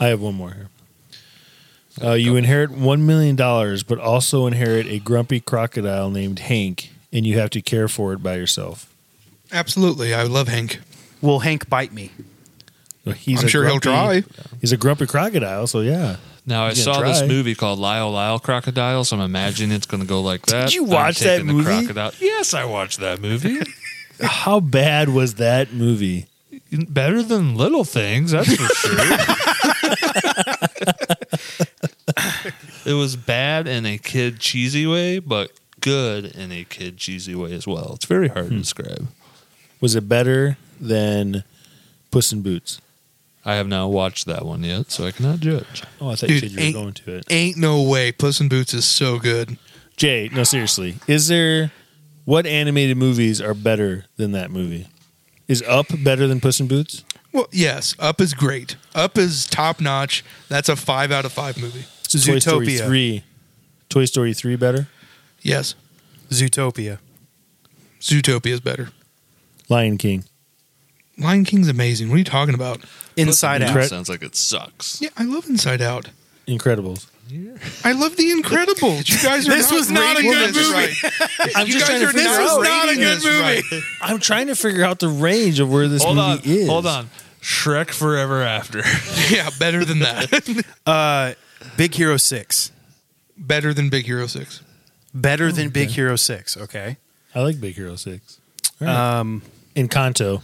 C: I have one more here. Uh, you inherit one million dollars, but also inherit a grumpy crocodile named Hank, and you have to care for it by yourself.
B: Absolutely. I love Hank.
A: Will Hank bite me?
C: He's
B: I'm
C: a
B: sure he'll
C: grumpy-
B: try.
C: He's a grumpy crocodile, so yeah.
E: Now I
C: You can
E: saw this
C: try.
E: movie called Lyle Lyle Crocodile, so I'm imagining it's going to go like that.
C: you
E: I'm
C: watch that
E: taking the
C: movie?
E: crocodile- Yes, I watched
C: [LAUGHS]
E: that movie.
C: How bad was that movie?
E: Better than Little Things, that's for
A: [LAUGHS]
E: sure. it was bad in a kid cheesy way, but good in a kid cheesy way as well. It's very hard to describe.
C: Was it better than Puss in Boots?
E: I have not watched that one yet, so I cannot judge.
C: Oh, I thought
B: Dude,
C: you said you
B: ain't-
C: were going to it.
B: Ain't no way. Puss in Boots is so good.
C: Jay, no, seriously, is there what animated movies are better than that movie? Is Up better than Puss in Boots?
B: Well, yes. Up is great. Up is top notch. That's a five out of five movie.
C: Is Toy Story
A: Zootopia.
C: three, Toy Story three better?
B: Yes.
A: Zootopia.
B: Zootopia is better.
C: Lion King.
B: Lion King's amazing. What are you talking about?
A: Inside
E: That
A: Out.
E: sounds like it sucks.
B: Yeah, I love Inside Out.
C: Incredibles.
B: I love The Incredibles. You
C: [LAUGHS]
B: guys are
A: This was not a
B: rating
A: good
B: this
A: movie.
B: right.
C: I'm
B: you
C: just trying
B: guys
C: to
B: are
C: figure
B: not
C: out-
B: rating
A: This was not a good
B: this right.
C: I'm trying to figure out the range of where this
E: Hold
C: movie
E: on,
C: is.
E: hold on. Shrek Forever After.
B: [LAUGHS] Yeah, better than
E: [LAUGHS]
B: that.
A: Big Hero 6.
B: better than Big Hero Six.
A: Better than Big Hero 6. Okay.
C: I like Big Hero Six. in Kanto.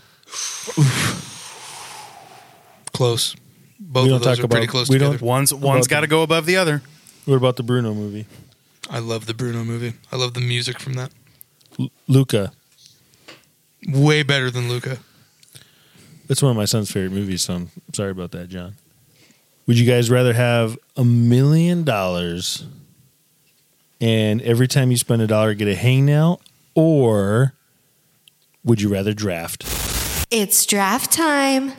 B: Close. Both
C: We
B: of
C: don't
B: those
C: talk
B: are pretty
C: about-
B: close
C: we don't-
B: together.
A: One's one's
C: about
A: got to go above the other.
C: What about the Bruno movie?
B: I love the Bruno movie. I love the music from that.
C: L- Luca.
B: Way better than Luca.
C: It's one of my son's favorite movies, so I'm sorry about that, John. Would you guys rather have a million dollars and every time you spend a dollar get a hangnail, or would you rather draft?
G: It's draft time.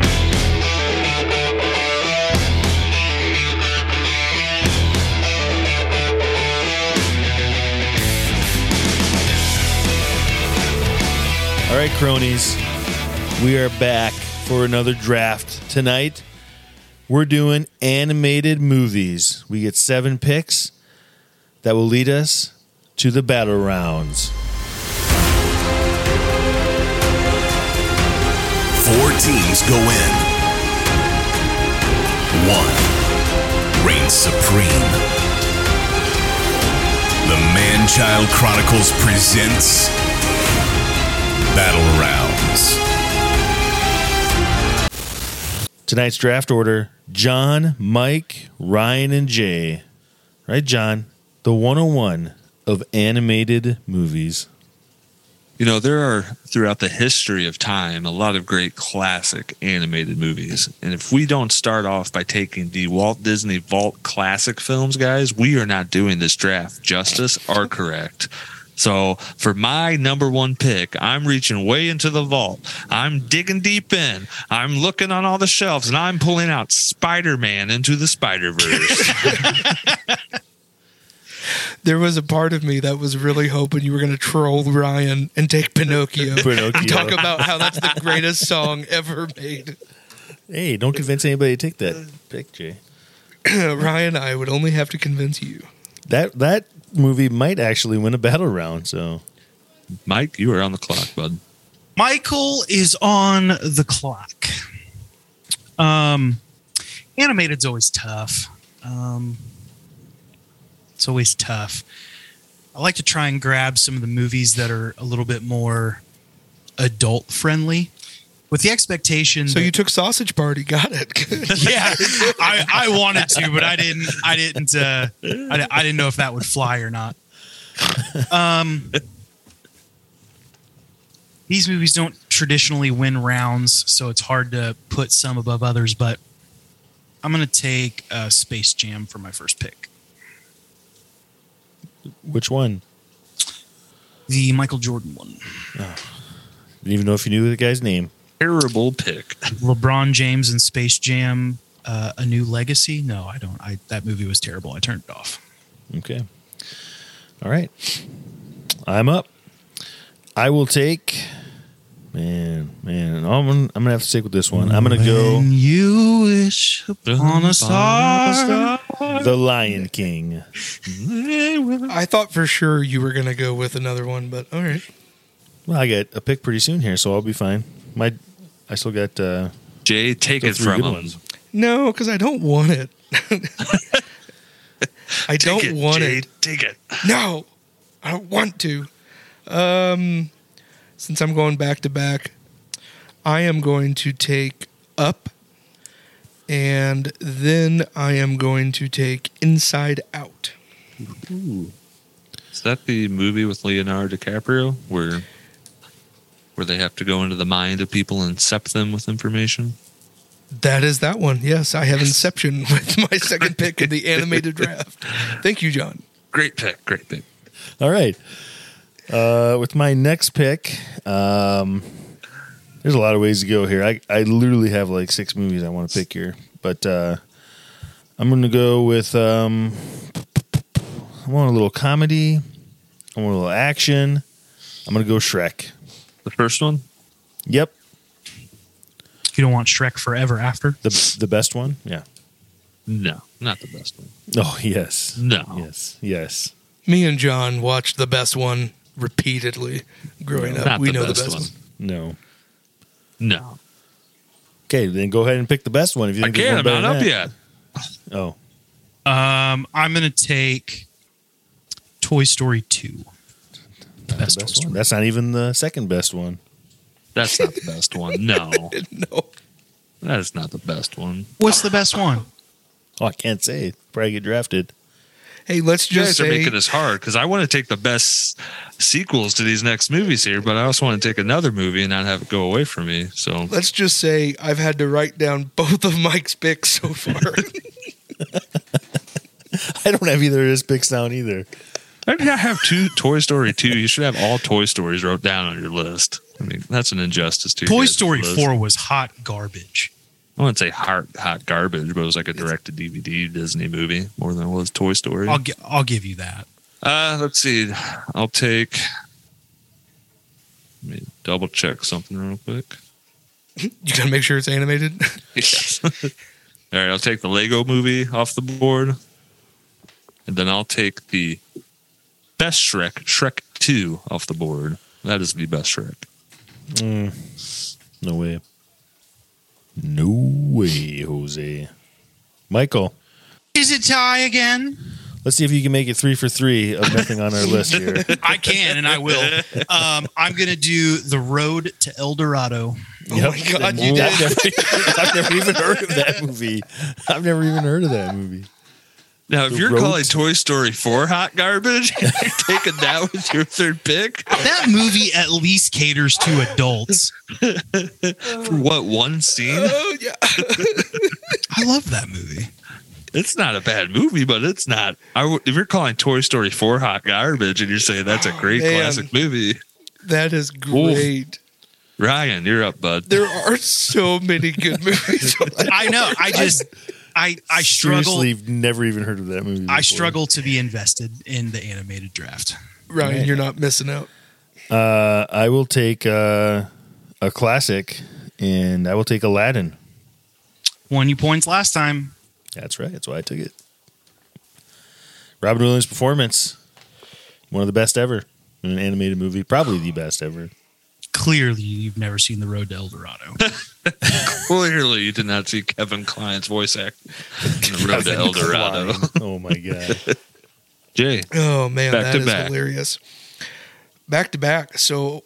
C: All right, cronies, we are back for another draft tonight. We're doing animated movies. We get seven picks that will lead us to the battle rounds.
D: Four teams go in. One reigns supreme. The Man Child Chronicles presents Battle Rounds.
C: Tonight's draft order John, Mike, Ryan, and Jay. Right, John? The 101 of animated movies.
E: You know, there are throughout the history of time a lot of great classic animated movies. And if we don't start off by taking the Walt Disney Vault classic films, guys, we are not doing this draft justice
C: [LAUGHS]
E: or correct. So, for my number one pick, I'm reaching way into the vault. I'm digging deep in. I'm looking on all the shelves and I'm pulling out Spider Man into the
C: [LAUGHS]
E: Spider Verse.
B: There was a part of me that was really hoping you were going to troll Ryan and take
E: [LAUGHS]
B: Pinocchio.
C: Pinocchio.
B: Talk about how that's the greatest song ever made. [CLEARS THROAT]
C: Hey, don't convince anybody to take that pick, Jay.
B: Ryan, I would only have to convince you.
C: That, that movie might actually win a battle round, so.
E: Mike, you are on the clock, bud.
H: Michael is on the clock. Um, animated's always tough. Um, it's always tough. I like to try and grab some of the movies that are a little bit more adult friendly, with the expectation.
B: So
H: that-
B: you took Sausage Party. Got it. [LAUGHS]
H: [LAUGHS] yeah, I, I wanted to, but I didn't. I didn't. Uh, I, di- I didn't know if that would fly or not. Um, these movies don't traditionally win rounds, so it's hard to put some above others. But I'm going to take uh, Space Jam for my first pick.
C: Which one?
H: The Michael Jordan one.
C: Didn't even know if you knew the guy's name.
E: Terrible pick.
H: LeBron James and Space Jam: uh, A New Legacy. No, I don't. I that movie was terrible. I turned it off.
C: Okay. All right. I'm up. I will take. Man, man, I'm, I'm gonna have to stick with this one. I'm gonna go
H: you wish upon a star.
C: The Lion King.
B: I thought for sure you were going to go with another one, but all right.
C: Well, I get a pick pretty soon here, so I'll be fine. My, I still got. Uh,
E: Jay, take
C: Those
E: it
C: three
E: from
C: good
E: him.
C: ones.
B: No, because I don't want it. [LAUGHS] I
E: Take
B: don't
E: it,
B: want
E: Jay,
B: it.
E: Take it.
B: No, I don't want to. Um, since I'm going back to back, I am going to take up, and then I am going to take Inside Out.
E: Is that the movie with Leonardo DiCaprio where where they have to go into the mind of people and sep them with information?
B: That is that one. Yes, I have Inception [LAUGHS] with my second pick in the
E: [LAUGHS]
B: animated draft. Thank you, John.
E: Great pick, great pick.
C: all right. Uh, with my next pick, um, there's a lot of ways to go here. I, I literally have like six movies I want to pick here, but uh, I'm gonna go with. Um, I want a little comedy. I want a little action. I'm gonna go Shrek.
E: The first one?
C: Yep,
H: You don't want Shrek Forever After.
C: the the best one. Yeah.
E: No, not the best one.
C: Oh yes.
E: No.
C: Yes. Yes.
B: Me and John watched the best one repeatedly growing up.
E: Not
B: We
E: the
B: know
E: best
B: the best
E: one.
B: one.
C: No.
E: No.
C: Okay, then go ahead and pick the best one if you
E: I
C: think there's
E: can't, I'm
C: one
E: not
C: better
E: up
C: than
E: yet.
C: that. Oh,
H: Um, I'm gonna take Toy Story Two. The
C: that's
H: best,
C: the
H: Toy
C: best
H: Story.
C: one. That's not even the second best one.
E: That's not the
B: [LAUGHS]
E: best one. No,
B: no.
E: that is not the best one.
H: What's the best one?
C: Oh, I can't say. Probably get drafted. [LAUGHS]
B: Hey, let's
E: You
B: just
E: guys are
B: say
E: making this hard because I want to take the best sequels to these next movies here, but I also want to take another movie and not have it go away from me. So
B: let's just say I've had to write down both of Mike's picks so
E: [LAUGHS]
B: far.
C: I don't have either of his picks down either.
E: I did not have two Toy Story two. You should have all Toy Stories wrote down on your list. I mean, that's an injustice to you
H: Toy
E: guys'
H: Story
E: list.
H: 4 was hot garbage.
E: I wouldn't say hot hot garbage, but it was like a direct to DVD Disney movie more than it was Toy Story.
H: I'll, gi- I'll give you that.
E: Uh, let's see. I'll take. Let me double check something real quick.
B: you gotta make sure it's
E: [LAUGHS]
B: animated.
E: Yes. All right, I'll take the Lego movie off the board. And then I'll take the best Shrek, Shrek 2, off the board. That is the best Shrek.
C: No way. No way, Jose. Michael,
H: Is it tie again?
C: let's see if you can make it three for three of nothing on our list
E: [LAUGHS]
C: here.
H: I can and I will. Um, I'm going to do The Road to El Dorado.
C: Yep.
B: my God, you
C: I've
B: did.
C: never- [LAUGHS] I've never even heard of that movie. I've never even heard of that movie.
E: Now, if
C: The
E: you're
C: road
E: calling
C: to-
E: Toy Story 4 hot garbage, [LAUGHS] and you're taking that with your third pick
H: That movie at least caters to adults.
E: for what, one scene?
B: oh yeah.
H: I love that movie.
E: It's not a bad movie, but it's not. I w- if you're calling Toy Story 4 hot garbage and you're saying that's a great
B: man.
E: classic movie,
B: That is great.
E: Ryan, you're up, bud.
B: There are so many
E: [LAUGHS]
B: good movies. [LAUGHS]
H: I know. I just, I, I struggle.
C: Seriously, never even heard of that movie.
H: I
C: before.
H: struggle to be invested in the animated draft.
B: Ryan, you're not missing out.
C: Uh, I will take uh, a classic, and I will take Aladdin.
H: Won you points last time.
C: That's right. That's why I took it. Robin Williams' performance, one of the best ever in an animated movie, probably the best ever.
H: Clearly, you've never seen The Road to El Dorado.
E: Clearly, you did not see Kevin Klein's voice act in the road to El Dorado.
C: Oh my god!
E: Jay,
B: Oh man,
E: Back
B: that is
E: to back.
B: hilarious. Back to back. So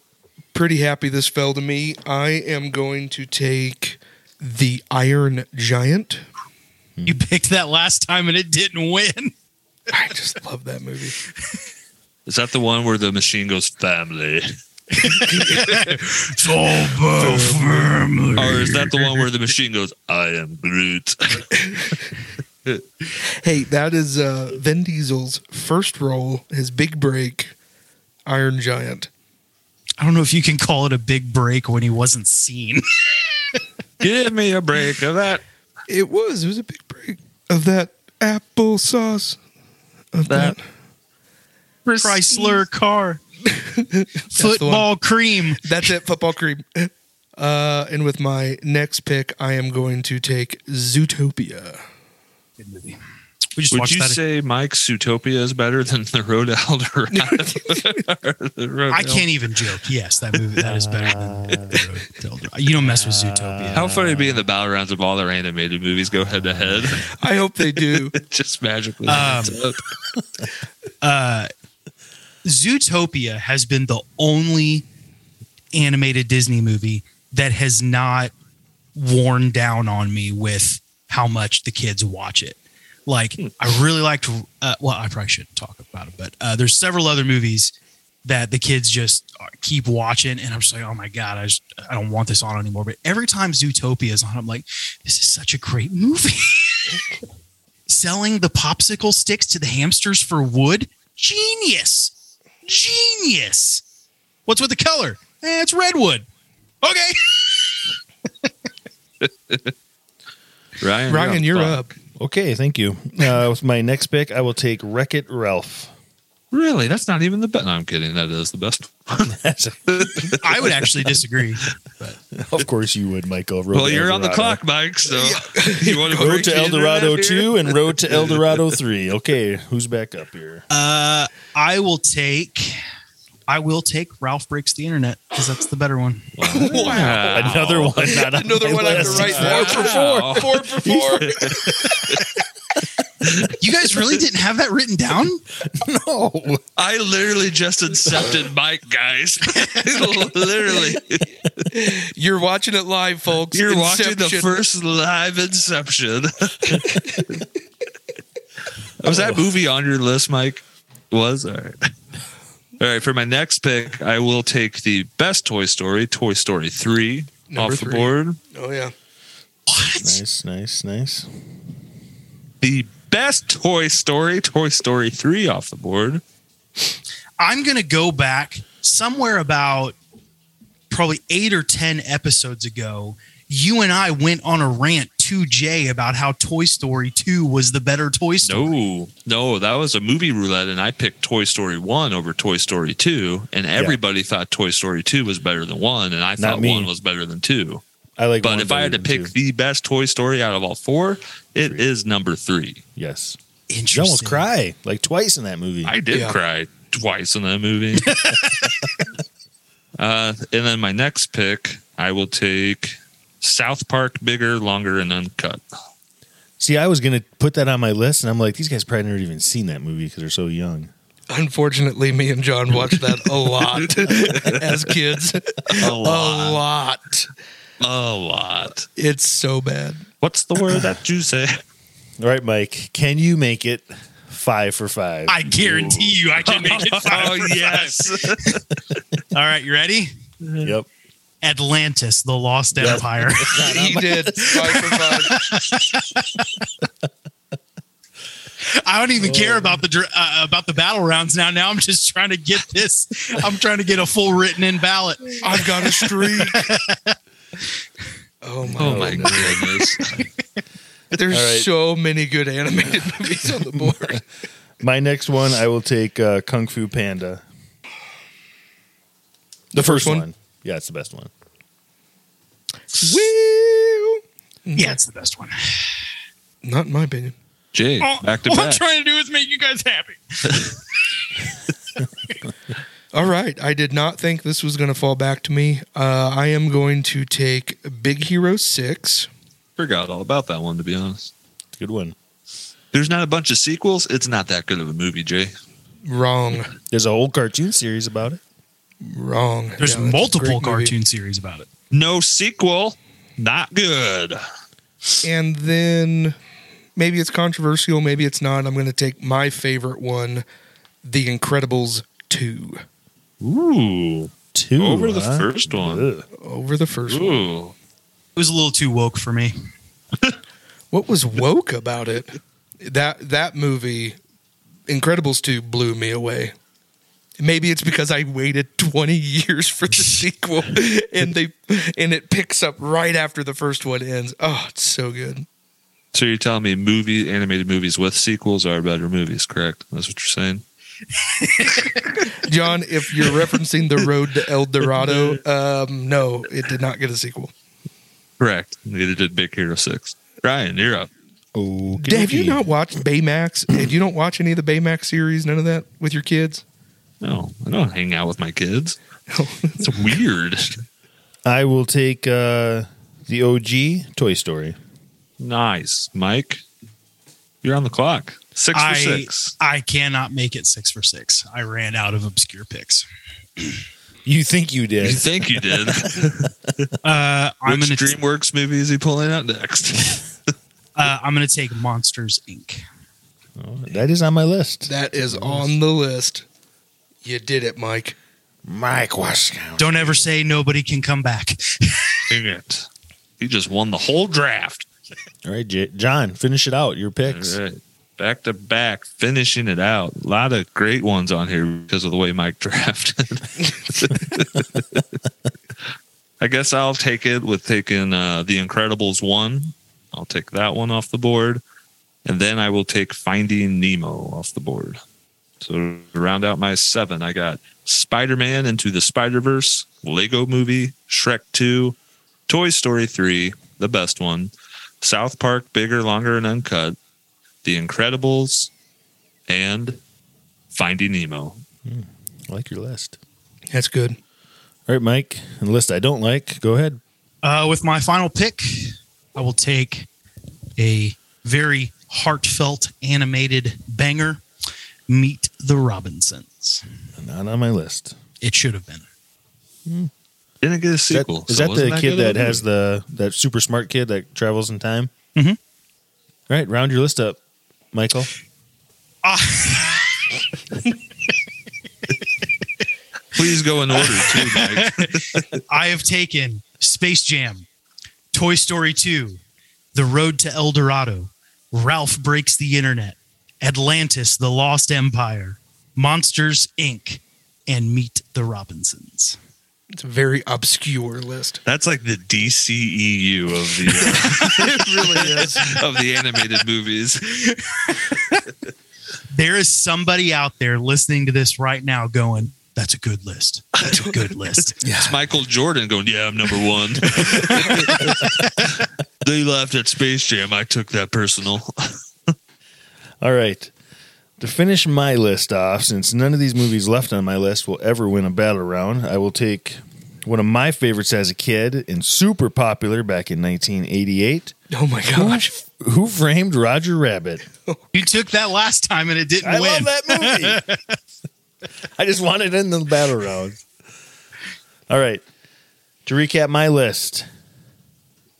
B: pretty happy this fell to me. I am going to take the Iron Giant. [LAUGHS]
H: you picked that last time and it didn't win.
B: I just love that movie.
E: is that the one where the machine goes family? Or is that the one where the machine goes, I am Groot? [LAUGHS]
B: Hey, that is uh, Vin Diesel's first role, his big break, Iron Giant.
H: I don't know if you can call it a big break when he
E: [LAUGHS]
H: wasn't seen.
E: Give me a break of that.
B: It was. It was a big break of that applesauce. Of that.
E: That- [LAUGHS]
H: Chrysler car. Football cream.
B: That's it, football cream. Uh, and with my next pick, I am going to take Zootopia.
H: We just
E: Would
H: watched
E: you
H: that.
E: say Mike's Zootopia is better than the road to El [LAUGHS] Dorado? The Road
H: I
E: to
H: can't even joke. Yes, that movie that is better than [LAUGHS] The Road to El Dorado. You don't mess with Zootopia.
E: El- How funny it'd be in the battle rounds of all their animated movies go head to [LAUGHS] head.
B: I hope they do.
E: It just magically
H: Um,
E: ends up.
H: Zootopia has been the only animated Disney movie that has not worn down on me with how much the kids watch it. Like I really liked. Uh, well, I probably shouldn't talk about it, but uh, there's several other movies that the kids just uh, keep watching, and I'm just like, oh my god, I just I don't want this on anymore. But every time Zootopia is on, I'm like, this is such a great movie. [LAUGHS] Selling the popsicle sticks to the hamsters for wood, genius genius. What's with the color? Eh, it's redwood. Okay.
E: Ryan,
B: [LAUGHS] Ryan, you're up.
C: Okay, thank you. Uh, with my next pick, I will take Wreck It
E: [LAUGHS]
C: Ralph.
E: Really? That's not even the best. No, I'm kidding. That is the best.
C: That's-
H: I would actually disagree.
C: of course, you would, Michael. Road
E: [LAUGHS] Well,
C: to
E: you're
C: El
E: on the
C: Dorado.
E: clock, Mike. So [LAUGHS] you want to
C: Road to El Dorado two and Road
E: [LAUGHS]
C: to El Dorado three. Okay, who's back up here?
H: Uh, I will take. I will take Ralph breaks the internet because that's the better one.
E: Wow.
C: Another one.
E: [LAUGHS]
C: Not on
B: Another
C: my
B: one on the
C: list.
B: right. Four for four. Four for four.
H: You guys really didn't have that written down?
I: No.
E: I literally just incepted Mike, guys. [LAUGHS] literally.
B: You're watching it live, folks.
E: You're watching the
B: Inception.
E: first live Inception. [LAUGHS] Was that
B: Oh.
E: movie on your list, Mike? Was all right. All right. For my next pick, I will take the best Toy Story, Toy Story three,
B: Number
E: off the
B: three.
E: board.
B: Oh yeah.
C: Nice, nice, nice.
E: The best Toy Story, Toy Story three, off the board.
H: I'm going to go back somewhere about probably eight or 10 episodes ago. You and I went on a rant to Jay about how Toy Story 2 was the better Toy Story.
E: No, no, that was a movie roulette, and I picked Toy Story one over Toy Story two, and everybody thought Toy Story two was better than one, and I thought
C: me.
E: one was better than two.
C: I like.
E: But
C: one
E: if I had to
C: better
E: pick
C: than two.
E: the best Toy Story out of all four, it is number three.
C: yes, you
H: Interesting.
C: almost cry like twice in that movie.
E: I did
B: Yeah.
E: cry twice in that [LAUGHS] movie. uh, and then my next pick, I will take South Park bigger, longer, and uncut.
C: See, I was gonna put that on my list, and I'm like, these guys probably never even seen that movie because they're so young.
B: Unfortunately, me and John watched that a
E: [LAUGHS]
B: lot as kids.
E: A
B: A lot.
E: a lot.
B: It's so [LAUGHS] bad.
E: What's the word that you [LAUGHS] say?
C: All right, Mike, can you make it five for five?
H: I guarantee you I can make it.
E: oh yes,
H: All right, you ready?
C: yep.
H: Atlantis, the Lost Empire. [LAUGHS]
B: He [LAUGHS] did. Five for five.
H: I don't even
B: Oh.
H: care about the dr- uh, about the battle rounds now. Now I'm just trying to get this. I'm trying to get a full written in ballot.
B: I've got a streak. Oh my!
E: Oh my goodness.
B: [LAUGHS] There's
C: All right.
B: so many good animated [LAUGHS] movies on the board.
C: My next one, I will take uh, Kung Fu Panda. The first,
B: one?
C: one. Yeah, it's the best one.
B: Woo!
H: [LAUGHS] Yeah, it's the best one.
B: Not in my opinion.
E: Jay, back to
H: All I'm
E: back.
H: trying to do is make you guys happy.
B: All right. I did not think this was going to fall back to me. Uh, I am going to take Big Hero 6.
E: Forgot all about that one. To be honest,
C: It's a good one.
E: there's not a bunch of sequels. It's not that good of a movie, Jay.
B: Wrong.
C: There's a whole cartoon series about it.
B: Wrong.
H: There's
B: Yeah, that's a
H: multiple
B: great movie.
H: cartoon series about it.
E: No sequel. Not good.
B: And then maybe it's controversial, maybe it's not. I'm going to take my favorite one The Incredibles 2
E: Ooh,
C: Two
E: over the
C: huh?
E: first one.
C: Ugh.
B: over the first one.
E: Ooh.
H: It was a little too woke for me.
B: What was woke about it? That that movie, Incredibles 2, blew me away. Maybe it's because I waited 20 years for the [LAUGHS] sequel and they and it picks up right after the first one ends. Oh, it's so good.
E: So you're telling me movie animated movies with sequels are better movies, correct? That's what you're saying.
B: John, if you're referencing The Road to El Dorado, um, no, it did not get a sequel.
E: Correct. Neither did Big Hero Six. Ryan, you're up.
C: Okey-dokey.
B: Have you not watched Baymax? And you don't watch any of the Baymax series, none of that with your kids?
E: No, I don't hang out with my kids. It's weird.
C: I will take uh, the OG Toy Story.
E: nice, Mike. You're on the clock. Six for
H: I
E: six.
H: I cannot make it six for six. I ran out of obscure picks.
C: You think you
E: You
C: did?
E: think you did?
H: Uh, I'm
E: Which
H: gonna
E: DreamWorks movie is he pulling out next?
H: uh, I'm gonna take Monsters Inc.
C: that is on my list.
B: That is on the list. You did it, Mike.
C: Mike Waskow.
H: Don't ever say nobody can come back.
E: Dang it. He just won the whole draft.
C: All right, J- John, finish it out. Your picks.
E: All right. Back to back, finishing it out. A lot of great ones on here because of the way Mike [LAUGHS] drafted. I guess I'll take it with taking uh, The Incredibles 1. I'll take that one off the board. And then I will take Finding Nemo off the board. So to round out my seven, I got Spider Man Into the Spider Verse, Lego Movie, Shrek 2, Toy Story 3, the best one, South Park, Bigger, Longer, and Uncut, the Incredibles, and Finding Nemo.
C: I like your list.
B: That's good.
C: All right, Mike. And the list I don't like. Go ahead.
H: Uh, with my final pick, I will take a very heartfelt animated banger, Meet the Robinsons.
C: Not on my list.
H: It should have been.
J: Didn't get a
C: Is that-
J: sequel.
C: is
J: so
C: that the
J: wasn't
C: kid
J: good of
C: that
J: a
C: has the that super smart kid that travels in time?
J: Mm-hmm.
H: Mhm.
C: Right, round your list up, Michael.
J: movie? Please go in order too, Mike.
H: I have taken Space Jam, Toy Story 2, The Road to El Dorado, Ralph Breaks the Internet, Atlantis, The Lost Empire, Monsters, Inc., and Meet the Robinsons.
B: It's a very obscure list.
J: That's like the DCEU of the uh, it really is of the animated movies.
H: There is somebody out there listening to this right now going, that's a good list. That's a good list.
J: It's Michael Jordan going, "Yeah, I'm number 1." they laughed at Space Jam. I took that personal.
C: All right. To finish my list off, since none of these movies left on my list will ever win a battle round, I will take one of my favorites as a kid and super popular back in 1988.
B: Oh my gosh.
C: Who framed Roger Rabbit?
H: You took that last time and it didn't
C: I love
H: win.
C: that movie. [LAUGHS] I just want it in the battle round. All right. To recap my list,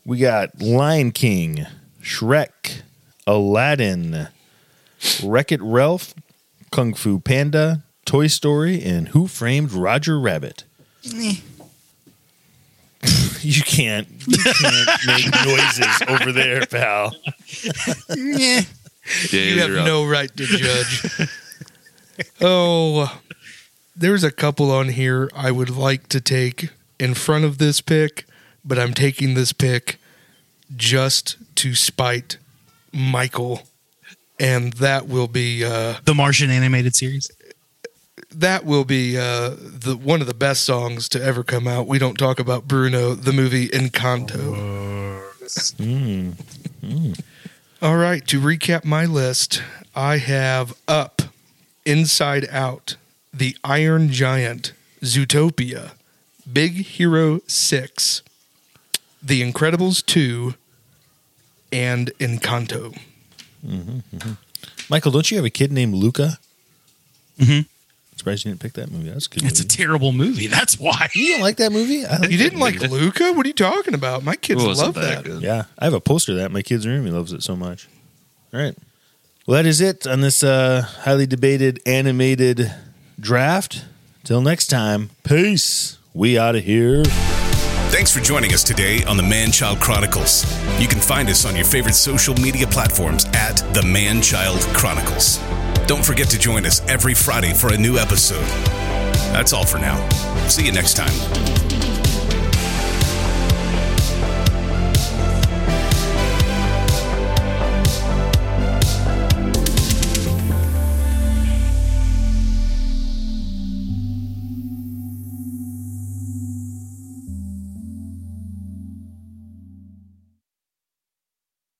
C: we got Lion King, Shrek, Aladdin, Wreck It Ralph, Kung Fu Panda, Toy Story, and Who Framed Roger Rabbit? [LAUGHS] you can't, you can't make noises over there, pal.
H: eh.
J: Yeah,
B: you have
J: you're up.
B: no right to judge. [LAUGHS] oh, there's a couple on here I would like to take in front of this pick, but I'm taking this pick just to spite Michael, and that will be uh,
H: The Martian animated series.
B: that will be uh, the one of the best songs to ever come out. We don't talk about Bruno, the movie Encanto. All right, to recap my list, I have Up, Inside Out, The Iron Giant, Zootopia, Big Hero 6, The Incredibles 2, and Encanto.
C: Michael, don't you have a kid named Luca?
B: Mm-hmm.
H: Mhm.
C: Surprised you didn't pick that movie. That's a good.
H: It's a
C: movie.
H: terrible movie. That's why.
C: you don't like that movie? I like
B: You
C: that
B: didn't like Luca? What are you talking about? My
J: It
B: kids
J: wasn't
B: love that.
J: good.
C: movie. Yeah, I have a poster of that in my kid's room. He loves it so much. All right. Well, that is it on this uh, highly debated animated draft. Till next time, peace. We out of here.
D: Thanks for joining us today on the Man Child Chronicles. You can find us on your favorite social media platforms at the Man Child Chronicles. Don't forget to join us every Friday for a new episode. That's all for now. See you next time.